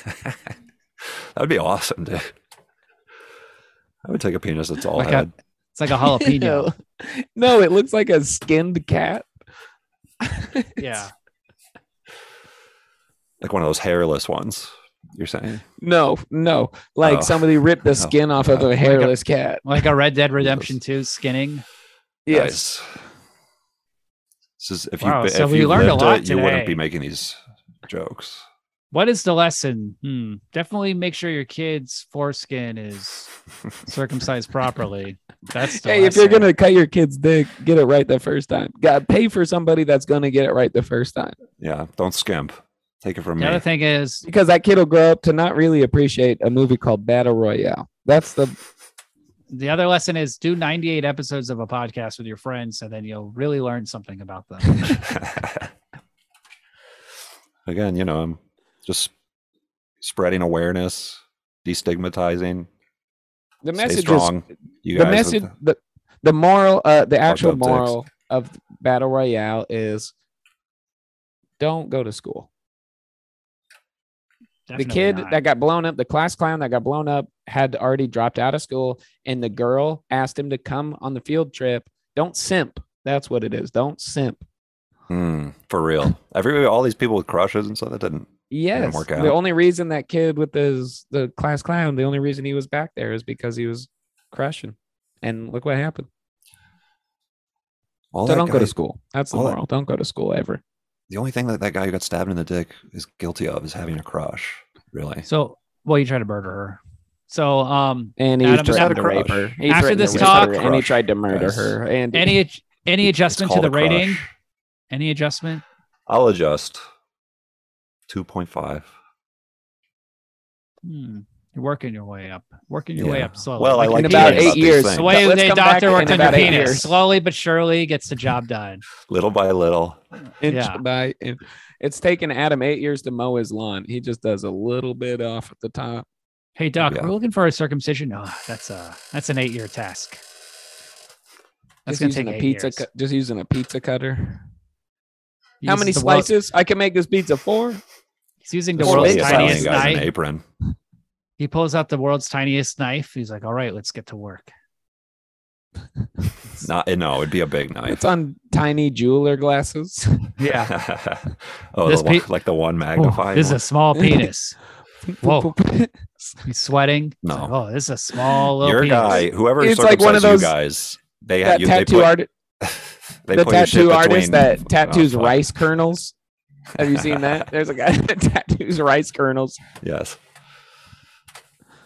that would be awesome, dude. I would take a penis that's all
Like a-
head.
It's like a jalapeno.
Ew. No, it looks like a skinned cat.
yeah.
like one of those hairless ones. You're saying?
No, no. Like
Oh.
somebody ripped the
Oh,
skin off of
God.
a hairless cat.
Like a Red Dead Redemption 2 skinning.
Yes.
Nice. This is if you
Wow,
if
so we
you
learned a
lived
lot
it, you wouldn't
today.
be making these jokes.
What is the lesson? Hmm. Definitely make sure your kid's foreskin is circumcised properly. That's the
Hey, if you're
lesson.
gonna cut your kid's dick, get it right the first time. God, pay for somebody that's gonna get it right the first time.
Yeah, don't skimp. Take it from
The other
me.
thing is,
because that kid will grow up to not really appreciate a movie called Battle Royale. That's the
the other lesson is do 98 episodes of a podcast with your friends, and then you'll really learn something about them.
Again, you know, I'm just spreading awareness, destigmatizing.
the
Stay
message is
strong. you
the
guys with
message the, the moral uh the actual
up dicks.
moral of Battle Royale is don't go to school. the
Definitely
kid
not.
that got blown up, the class clown that got blown up, had already dropped out of school, and the girl asked him to come on the field trip. Don't simp. That's what it is. Don't simp.
Mm, for real. Everybody, all these people with crushes and stuff that didn't.
Yes.
work out.
The only reason that kid with his the class clown, the only reason he was back there is because he was crushing. And look what happened.
All
so
that
don't go
guy-
to school. That's the
all that-
moral. Don't go to school ever.
The only thing that that guy who got stabbed in the dick is guilty of is having a crush. Really?
So, well, you tried to murder her. So, um,
And he
Adam just had
tried to
a
rape
crush.
her. He
After
threatened to
this
rape her,
talk-
and he tried to murder
Guys.
her. And
any ad- any adjustment to
called
the
a crush.
rating? Any adjustment?
I'll adjust. Two point five.
Hmm. You're working your way up. Working your way
Yeah.
up slowly.
Well, I
your
like
in
hearing
about
penis.
eight
about these
years,
things.
The way
Let's
the
come back
doctor
in
worked on your
about eight
penis.
years.
Slowly but surely gets the job done.
Little by little.
inch
Yeah.
by inch. It's taken Adam eight years to mow his lawn. He just does a little bit off at the top.
Hey doc,
Yeah.
we're looking for a circumcision. Oh, that's a that's an eight year task. That's
Just
gonna
using
take
a
eight
pizza.
years.
Cu- just using a pizza cutter.
He
How
uses
many
the world-
slices? I can make this pizza four.
he's using the
Well,
world's
they
Slowly
finally
tiniest
styling guys in
knife.
apron.
He pulls out the world's tiniest knife. He's like, "All right, let's get to work."
Not no, it'd be a big knife.
It's on tiny jeweler glasses.
Yeah.
oh,
This
the one,
pe-
like the one magnified.
this is a
one?
small penis. Whoa.
it's
He's sweating. He's
No.
like, oh, this is a small little
Your
penis.
guy, whoever
It's
circumcised
like one of those-
you guys, they had
that
you. They
tattoo
put,
artist,
they
the
put your shit
tattoo
between-
artist that tattoos
Oh, fuck.
rice kernels. Have you seen that? There's a guy that tattoos rice kernels.
Yes.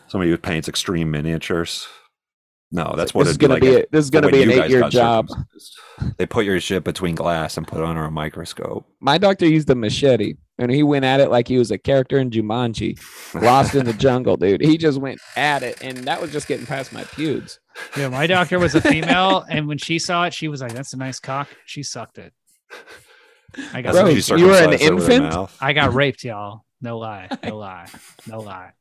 Somebody who paints extreme miniatures. No, that's
It's like,
what
this is
it'd be
gonna
like.
be.
if-
a- this is gonna
when
be an
you guys
eight-year
got
job.
circumcised. They put your shit between glass and put it under a microscope.
My doctor used a machete, and he went at it like he was a character in Jumanji, Lost in the Jungle, dude. He just went at it, and that was just getting past my pubes.
Yeah, my doctor was a female, and when she saw it, she was like, "That's a nice cock." She sucked it. I got,
Bro,
That's when
you were an
circumcised it with her
infant?
mouth.
I got raped, y'all. No lie. No lie. No lie.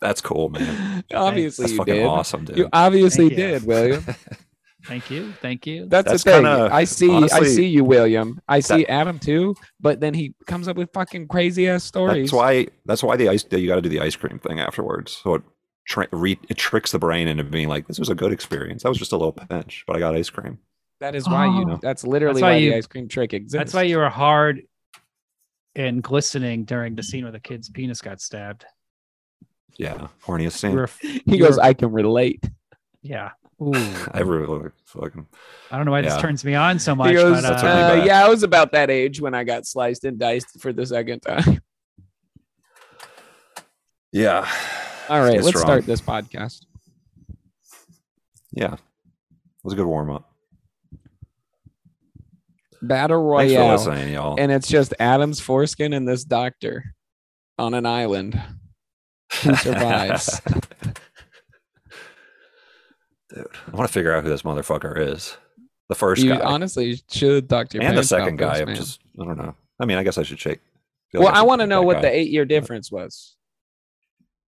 That's cool, man.
obviously,
That's
you
fucking
did.
awesome, dude.
You obviously
Thank you.
did, William.
Thank you. Thank you.
That's,
That's
the thing.
kinda-
I see, I
honestly,
see you, William. I see Adam too. But then he comes up with fucking crazy ass stories.
That's why. That's why the ice. You got to do the ice cream thing afterwards. So it, tra- re- it tricks the brain into being like, "This was a good experience. That was just a little pinch, but I got ice cream."
That is why you.
Oh.
That's literally
That's why
why,
you-
the ice cream trick exists.
That's why you were hard and glistening during the scene where the kid's penis got stabbed.
Yeah, horniest
You
scene.
were,
He
you
goes,
were-
I can relate.
yeah. Ooh, I
I really fucking.
don't know why this
Yeah.
turns me on so much.
he goes,
but, uh,
That's a
uh,
really bad-
yeah, I was about that age when I got sliced and diced for the second time.
Yeah.
All right,
It's
let's
wrong.
start this podcast.
Yeah, it was a good warm up.
Battle
Thanks for
Royale.
listening, y'all.
And it's just Adam's foreskin and this doctor on an island who survives.
Dude, I want to figure out who this motherfucker is. The first
you
guy
honestly should talk to your
and the
parents about
second
this,
guy. I'm
man.
just. I don't know. I mean, I guess I should shake. feel
well,
like
I
should
want to
shake
know
that
what
guy.
the eight year difference was.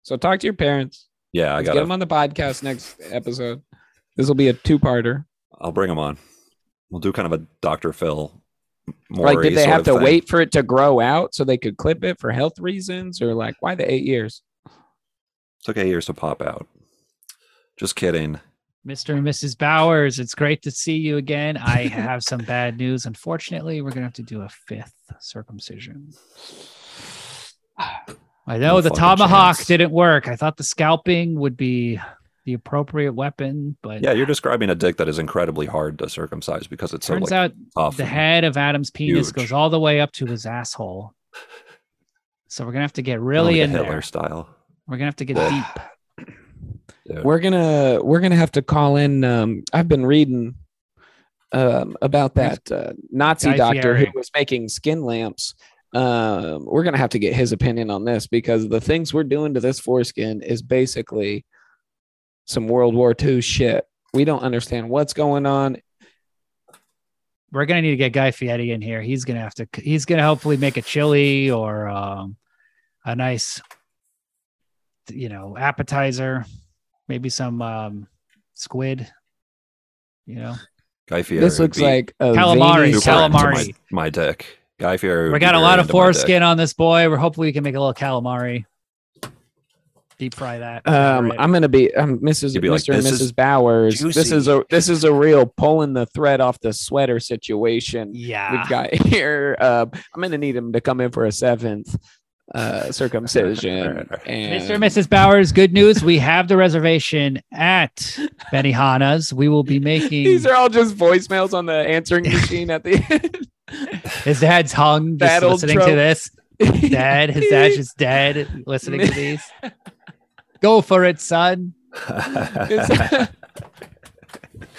So talk to your parents.
Yeah, I
Let's get
got.
him on the podcast next episode. This will be a two parter.
I'll bring him on. We'll do kind of a Dr. Phil.
Like,
Maury
did they
sort
have
of
to
thing.
wait for it to grow out so they could clip it for health reasons, or like why the eight years?
took eight years to pop out. Just kidding.
Mr. and Mrs. Bowers, it's great to see you again. I have some bad news. Unfortunately, we're going to have to do a fifth circumcision. I know
No
the
fucking
tomahawk
chance.
didn't work. I thought the scalping would be the appropriate weapon, but
Yeah, you're describing a dick that is incredibly hard to circumcise because it's so
turns
like,
out
tough.
the
and-
head of Adam's penis
Huge.
goes all the way up to his asshole. So we're going to have to get
kinda
really
like
in
a Hitler
there.
style.
We're going to have to get
Whoa.
deep.
dude.
We're gonna we're gonna have to call in. Um, I've been reading um, about that uh, Nazi
Guy
doctor
Fieri.
who was making skin lamps. Um, we're gonna have to get his opinion on this because the things we're doing to this foreskin is basically some World War II shit. We don't understand what's going on.
We're going to need to get Guy Fieri in here. He's going to have to, he's going to hopefully make a chili or um, a nice, you know, appetizer, maybe some um, squid, you know.
Guy Fieri.
this
would
looks
be
like a
Calamari,
veiny-
super into
calamari.
My, my dick. Guy Fieri. would
We
be
got a
very
lot of
into my dick.
foreskin on this boy. We're hopefully we can make a little calamari. Deep fry that.
Um,
Alright.
I'm gonna be um, Mrs.
You'd be like,
Mr. and
"This
Mrs.
is
Bowers. This is
juicy."
a this is a real pulling the thread off the sweater situation
yeah.
Ah.
we've got here. Uh, I'm gonna need him to come in for a seventh uh, circumcision. and
Mr. and Mrs. Bowers, good news. We have the reservation at Benihana's. We will be making
These are all just voicemails on the answering machine at the end.
his dad's hung just
That old
listening to
trope.
this. Dad, his dad's just dead listening to these. Go for it, son.
It's-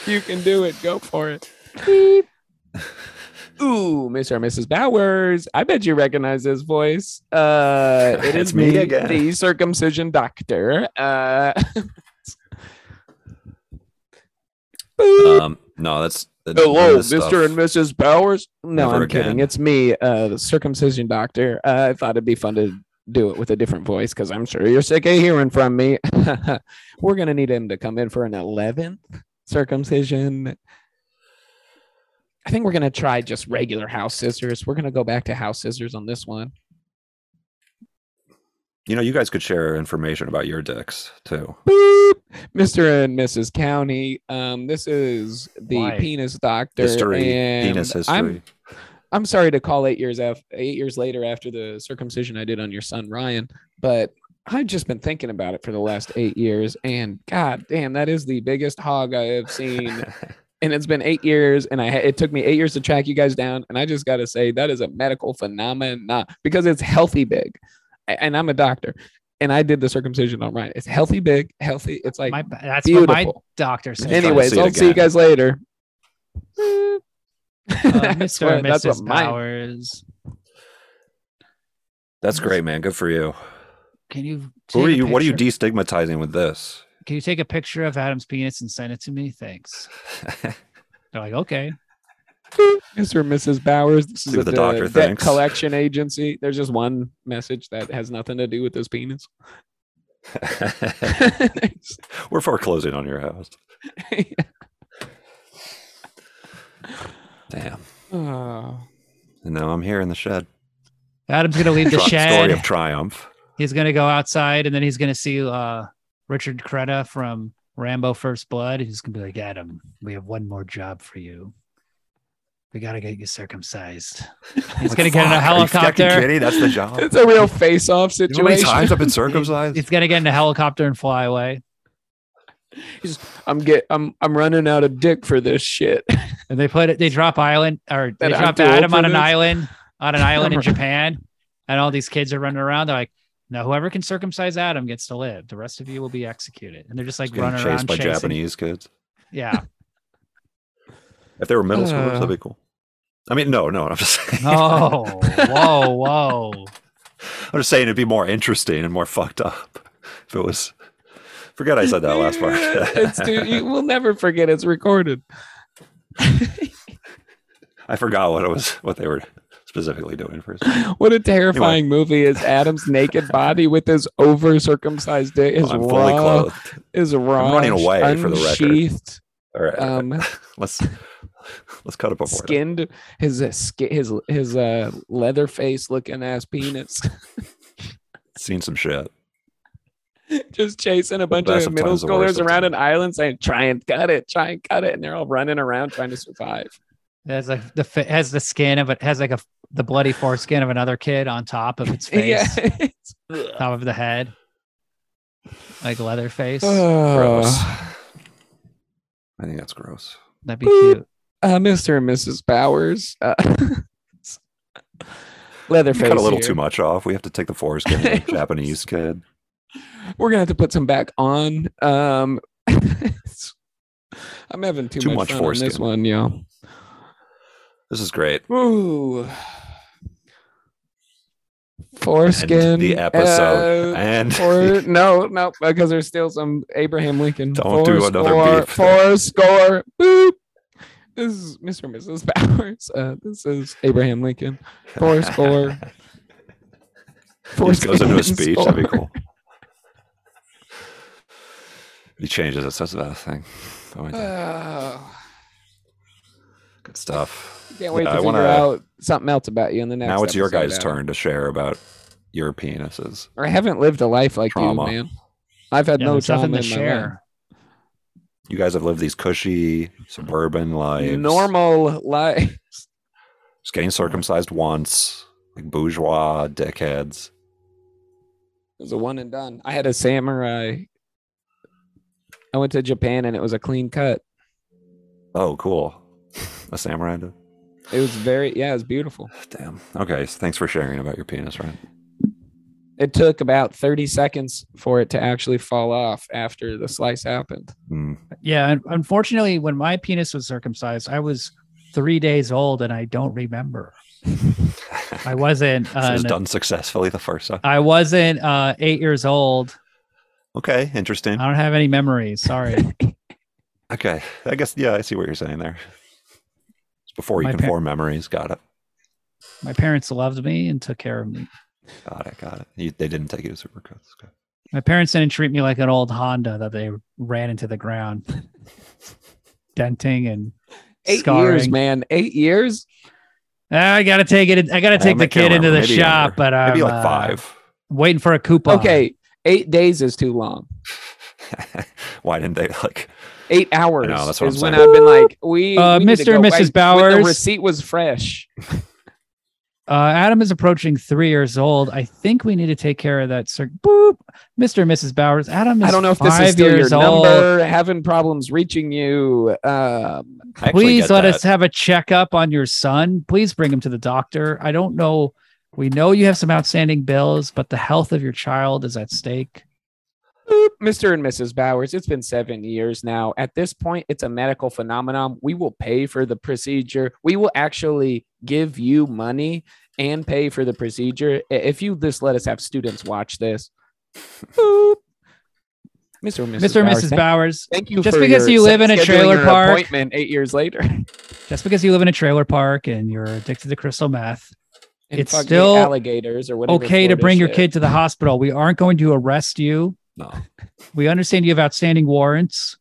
you can do it. Go for it. Ooh, Mr. and Mrs. Bowers. I bet you recognize this voice. Uh, it
It's
is
me
me,
again.
the circumcision doctor. Uh, Boop.
um, no, that's. that's none
Hello,
of this stuff.
Mr. and Mrs. Bowers. No,
Never
I'm
again.
kidding. It's me, uh, the circumcision doctor. Uh, I thought it'd be fun to do it with a different voice because I'm sure you're sick of hearing from me. We're gonna need him to come in for an 11th circumcision. I think we're gonna try just regular house scissors. We're gonna go back to house scissors on this one.
You know, you guys could share information about your dicks too.
Boop, Mr. and Mrs. County. Um, this is the
Why?
penis doctor.
History,
and
penis history.
I'm I'm sorry to call eight years af- eight years later after the circumcision I did on your son Ryan, but I've just been thinking about it for the last eight years, and God damn, that is the biggest hog I have seen, and it's been eight years, and I ha- it took me eight years to track you guys down, and I just got to say that is a medical phenomenon because it's healthy big, A- and I'm a doctor, and I did the circumcision on Ryan. It's healthy big, healthy. It's like
My, that's what my
beautiful.
doctor said.
trying to
Anyways,
see it
I'll see you
again.
guys later.
Uh,
That's
Mr. and
what- that's what
Mrs.
mine-
Bowers,
That's great, man. Good for you.
can you?
Who
take
are
a
you? What are you
picture-
destigmatizing with this?
Can you take a picture of Adam's penis and send it to me? Thanks. They're like, okay.
Mr. and Mrs. Bowers. This is
See what the
a de-
doctor
debt
thinks.
collection agency. There's just one message that has nothing to do with his penis.
We're foreclosing on your house. Damn.
oh.
And now I'm here in the shed.
Adam's gonna leave the
Tri-
shed.
Story of triumph.
he's gonna go outside and then he's gonna see uh Richard Cretta from Rambo First Blood. He's gonna be like, Adam, we have one more job for you. We gotta get you circumcised. He's
Like,
gonna get in a
fuck, are you fucking
helicopter.
kidding? That's the job.
It's a real face off
You know how many
situation.
times I've been circumcised?
He's gonna get in a helicopter and fly away.
I'm get I'm I'm running out of dick for this shit.
And they put it they drop island or they
That I'm
drop
too old
Adam
for
on an
this?
island on an island in
Remember.
Japan and all these kids are running around. They're like, No, whoever can circumcise Adam gets to live. The rest of you will be executed. And they're just like
Getting
running
chased
around
by
chasing.
Japanese kids.
Yeah.
If they were middle schoolers,
Uh.
that'd be cool. I mean, no, no. I'm just saying.
Oh, whoa, whoa.
I'm just saying it'd be more interesting and more fucked up if it was. Forget I said that last part.
it's too, you will never forget it's recorded.
I forgot what it was, what they were specifically doing first.
What a terrifying movie is Adam's naked body with his over circumcised dick, his
I'm fully
raw,
clothed.
his raw,
running away for the record.
unsheathed,
All right,
Uh,
all right.
um,
let's let's cut up a board.
skinned his uh, ski- his his uh, leather face looking ass penis,
Seen some shit.
just chasing a bunch
best
of middle
sometimes, the worst
schoolers around an
sometimes.
island, saying "Try and cut it, try and cut it," and they're all running around trying to survive.
Has like the fa- has the skin of it has like a f- the bloody foreskin of another kid on top of its face,
Yeah.
top of the head, like leather face.
Gross.
Oh.
I think that's gross.
That'd be cute.
uh, Mr. and Mrs. Bowers. Uh, Leatherface.
Cut a little
here.
too much off. We have to take the foreskin of the Japanese kid.
We're gonna have to put some back on. Um, I'm having too,
Too
much,
much
fun on this
foreskin.
one, y'all.
This is great.
Ooh.
End
Foreskin.
the episode.
uh,
and
for, no, no, because there's still some Abraham Lincoln.
Don't do another
score,
beep.
Four score. Boop. This is Mr. and Mrs. Bowers. Uh, this is Abraham Lincoln. Four score.
He just goes into a
Foreskin
speech. That'd be
score.
cool. He changes it. So that's about thing. Oh, my God.
Oh,
Good stuff.
can't wait
Yeah,
to
I
figure
wanna-
out something else about you in the next.
Now it's your
episode, uh,
guys'
Adam.
turn to share about your penises.
I haven't lived a life like
Trauma.
you, man. I've had
Yeah,
no
there's
trauma
nothing
in my
to share.
You guys have lived these cushy suburban
life.
lives.
Normal life.
Just getting circumcised once, like bourgeois dickheads.
It was a one and done. I had a samurai. I went to Japan and it was a clean cut.
Oh, cool. A samurai. did-
It was very yeah, it was beautiful.
Damn. Okay. So thanks for sharing about your penis, right?
It took about 30 seconds for it to actually fall off after the slice happened.
Mm.
Yeah, un- unfortunately, when my penis was circumcised, I was three days old and I don't remember. I wasn't.
This
Uh,
was done successfully the first time.
I wasn't uh, eight years old.
Okay. Interesting.
Uh,
I don't have any memories. Sorry.
Okay. I guess, yeah, I see what you're saying there. It's before you
My
can
par-
form memories. Got it.
my parents loved me and took care of me.
Got it. Got it. You, they didn't take you to Supercuts. Okay.
My parents didn't treat me like an old Honda that they ran into the ground, denting and
Eight
scarring.
years, man. Eight years?
Ah, I gotta take it. I gotta take
Um,
the
I can't
kid into
remember.
the
Maybe
shop,
younger.
but um,
Maybe like
uh,
five.
waiting for a coupon.
Okay. Eight days is too long.
Why didn't they like?
Eight hours
know, that's what
is
I'm
when
saying.
I've been like, we,
Uh,
we need to
Mr. and
go-
Mrs.
when
Bowers.
the receipt was fresh.
Uh, Adam is approaching three years old. I think we need to take care of that. Sir, boop, Mr. and Mrs. Bowers. Adam is
I don't know if this
five
is still your
years old.
number. Having problems reaching you. Um,
I actually
Please
get
let
that.
us have a checkup on your son. Please bring him to the doctor. I don't know. We know you have some outstanding bills, but the health of your child is at stake.
Boop. Mr. and Mrs. Bowers, it's been seven years now. At this point, it's a medical phenomenon. We will pay for the procedure. We will actually give you money and pay for the procedure i- if you just let us have students watch this. Boop. Mr. and Mrs.
Mr. and
Bowers,
Mrs.
thank-
Bowers,
Thank you
Just
for
because
your
you
se-
live in a
scheduling
trailer
an
park.
appointment eight years later. and
just because you live in a trailer park and you're addicted to crystal meth, It's
fucking
still
alligators or whatever.
okay to
Florida
bring your
shit.
kid to the hospital. We aren't going to arrest you.
No.
We understand you have outstanding warrants.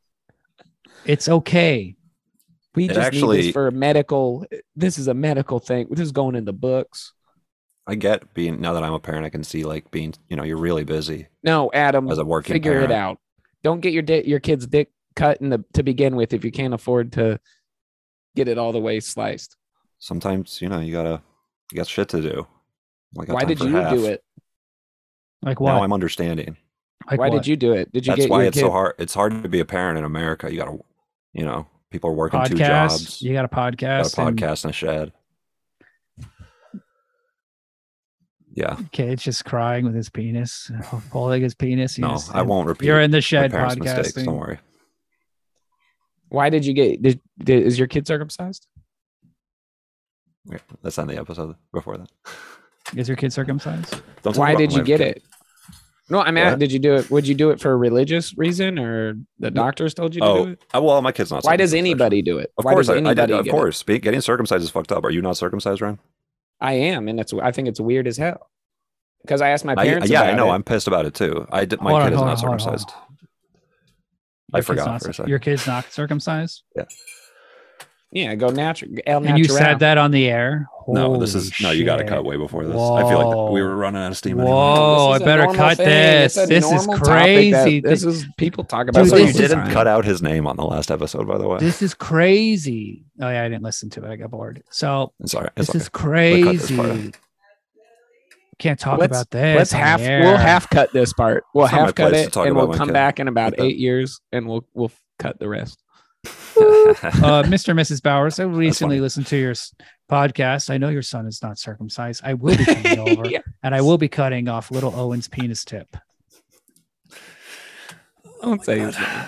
It's okay.
We
It
just need
actually-
this for medical. This is a medical thing. This is going in the books.
I get being now that I'm a parent, I can see like being you know you're really busy
No, Adam,
as a working
figure
parent.
it out. Don't get your di- your kid's dick cut in the to begin with if you can't afford to get it all the way sliced.
Sometimes you know you gotta you got shit to do. I got
Why
time
did
for
you
half.
do it?
Like
Now
what?
I'm understanding.
Like
why
what?
did you do it? Did you
That's
get
why
your
it's
kid?
so hard. It's hard to be a parent in America. You gotta you know people are working two
podcast?
jobs.
You got a
got a
podcast. and-
podcast and a shed. Yeah.
Kate's just crying with his penis, holding his penis. You
No,
just-
I won't repeat.
You're in the
my
shed
parents' mistakes. Don't
podcasting.
worry.
Why did you get? Did, did, is your kid circumcised?
Yeah, That's on the episode before that.
Is your kid circumcised?
Don't talk
Why
about
did
my
you get
kid.
it? No, I mean,
What?
did you do it? Would you do it for a religious reason, or the doctors told you to
Oh,
do it?
uh, well, my kid's not.
Why does
circumcised, actually.
anybody do it?
Of
Why
course,
does
I, I did.
anybody
Of
get it?
course, Be- getting circumcised is fucked up. Are you not circumcised, Ryan?
I am, and it's. I think it's weird as hell. Because I asked my
I,
parents.
yeah, I
about
know.
it.
I'm pissed about it too. I did, my
Hold on,
kid is
hold on,
not
hold on, hold on.
circumcised. I
Your kid's
forgot
not
for a
cir-
second.
Your kid's not circumcised,
Yeah, go natural. El
and you
natural.
said that on the air.
No, this
Holy
is no. You got to
shit.
cut way before this. I feel like we
Whoa.
were running out of steam. Anyway.
Whoa!
This
I
is a
better
normal
cut
thing.
this.
It's a
This is
normal topic that-
crazy.
This
This,
is people talk about.
Dude,
So
this
you
is-
didn't
fine.
cut out his name on the last episode, by the way.
this is crazy. Oh yeah, I didn't listen to it. I got bored. So
It's all right.
this
It's okay.
is
cut this
crazy.
part out.
Can't talk
Let's-
about this.
Let's
on
half.
the air.
We'll half cut this part. We'll
It's not my
half cut
place to
it,
talk
and
about
we'll
my
come
kid
back in about
like that.
eight years, and we'll we'll f- cut the rest.
uh, Mr. and Mrs. Bowers, I recently
funny.
listened to your s- podcast. I know your son is not circumcised. I will be coming over
Yeah.
and I will be cutting off little Owen's penis tip.
Don't
Oh
say his name.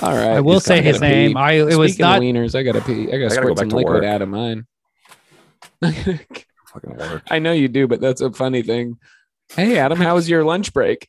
All right.
I will
he's
say
gone. I
his
gotta pee.
name. I it was
Speaking of
not
wieners. I gotta pee.
gotta
I gotta,
go
squirt
back
some
to
liquid
work.
out of mine.
Fucking work.
I know you do, but that's a funny thing. Hey, Adam, how was your lunch break?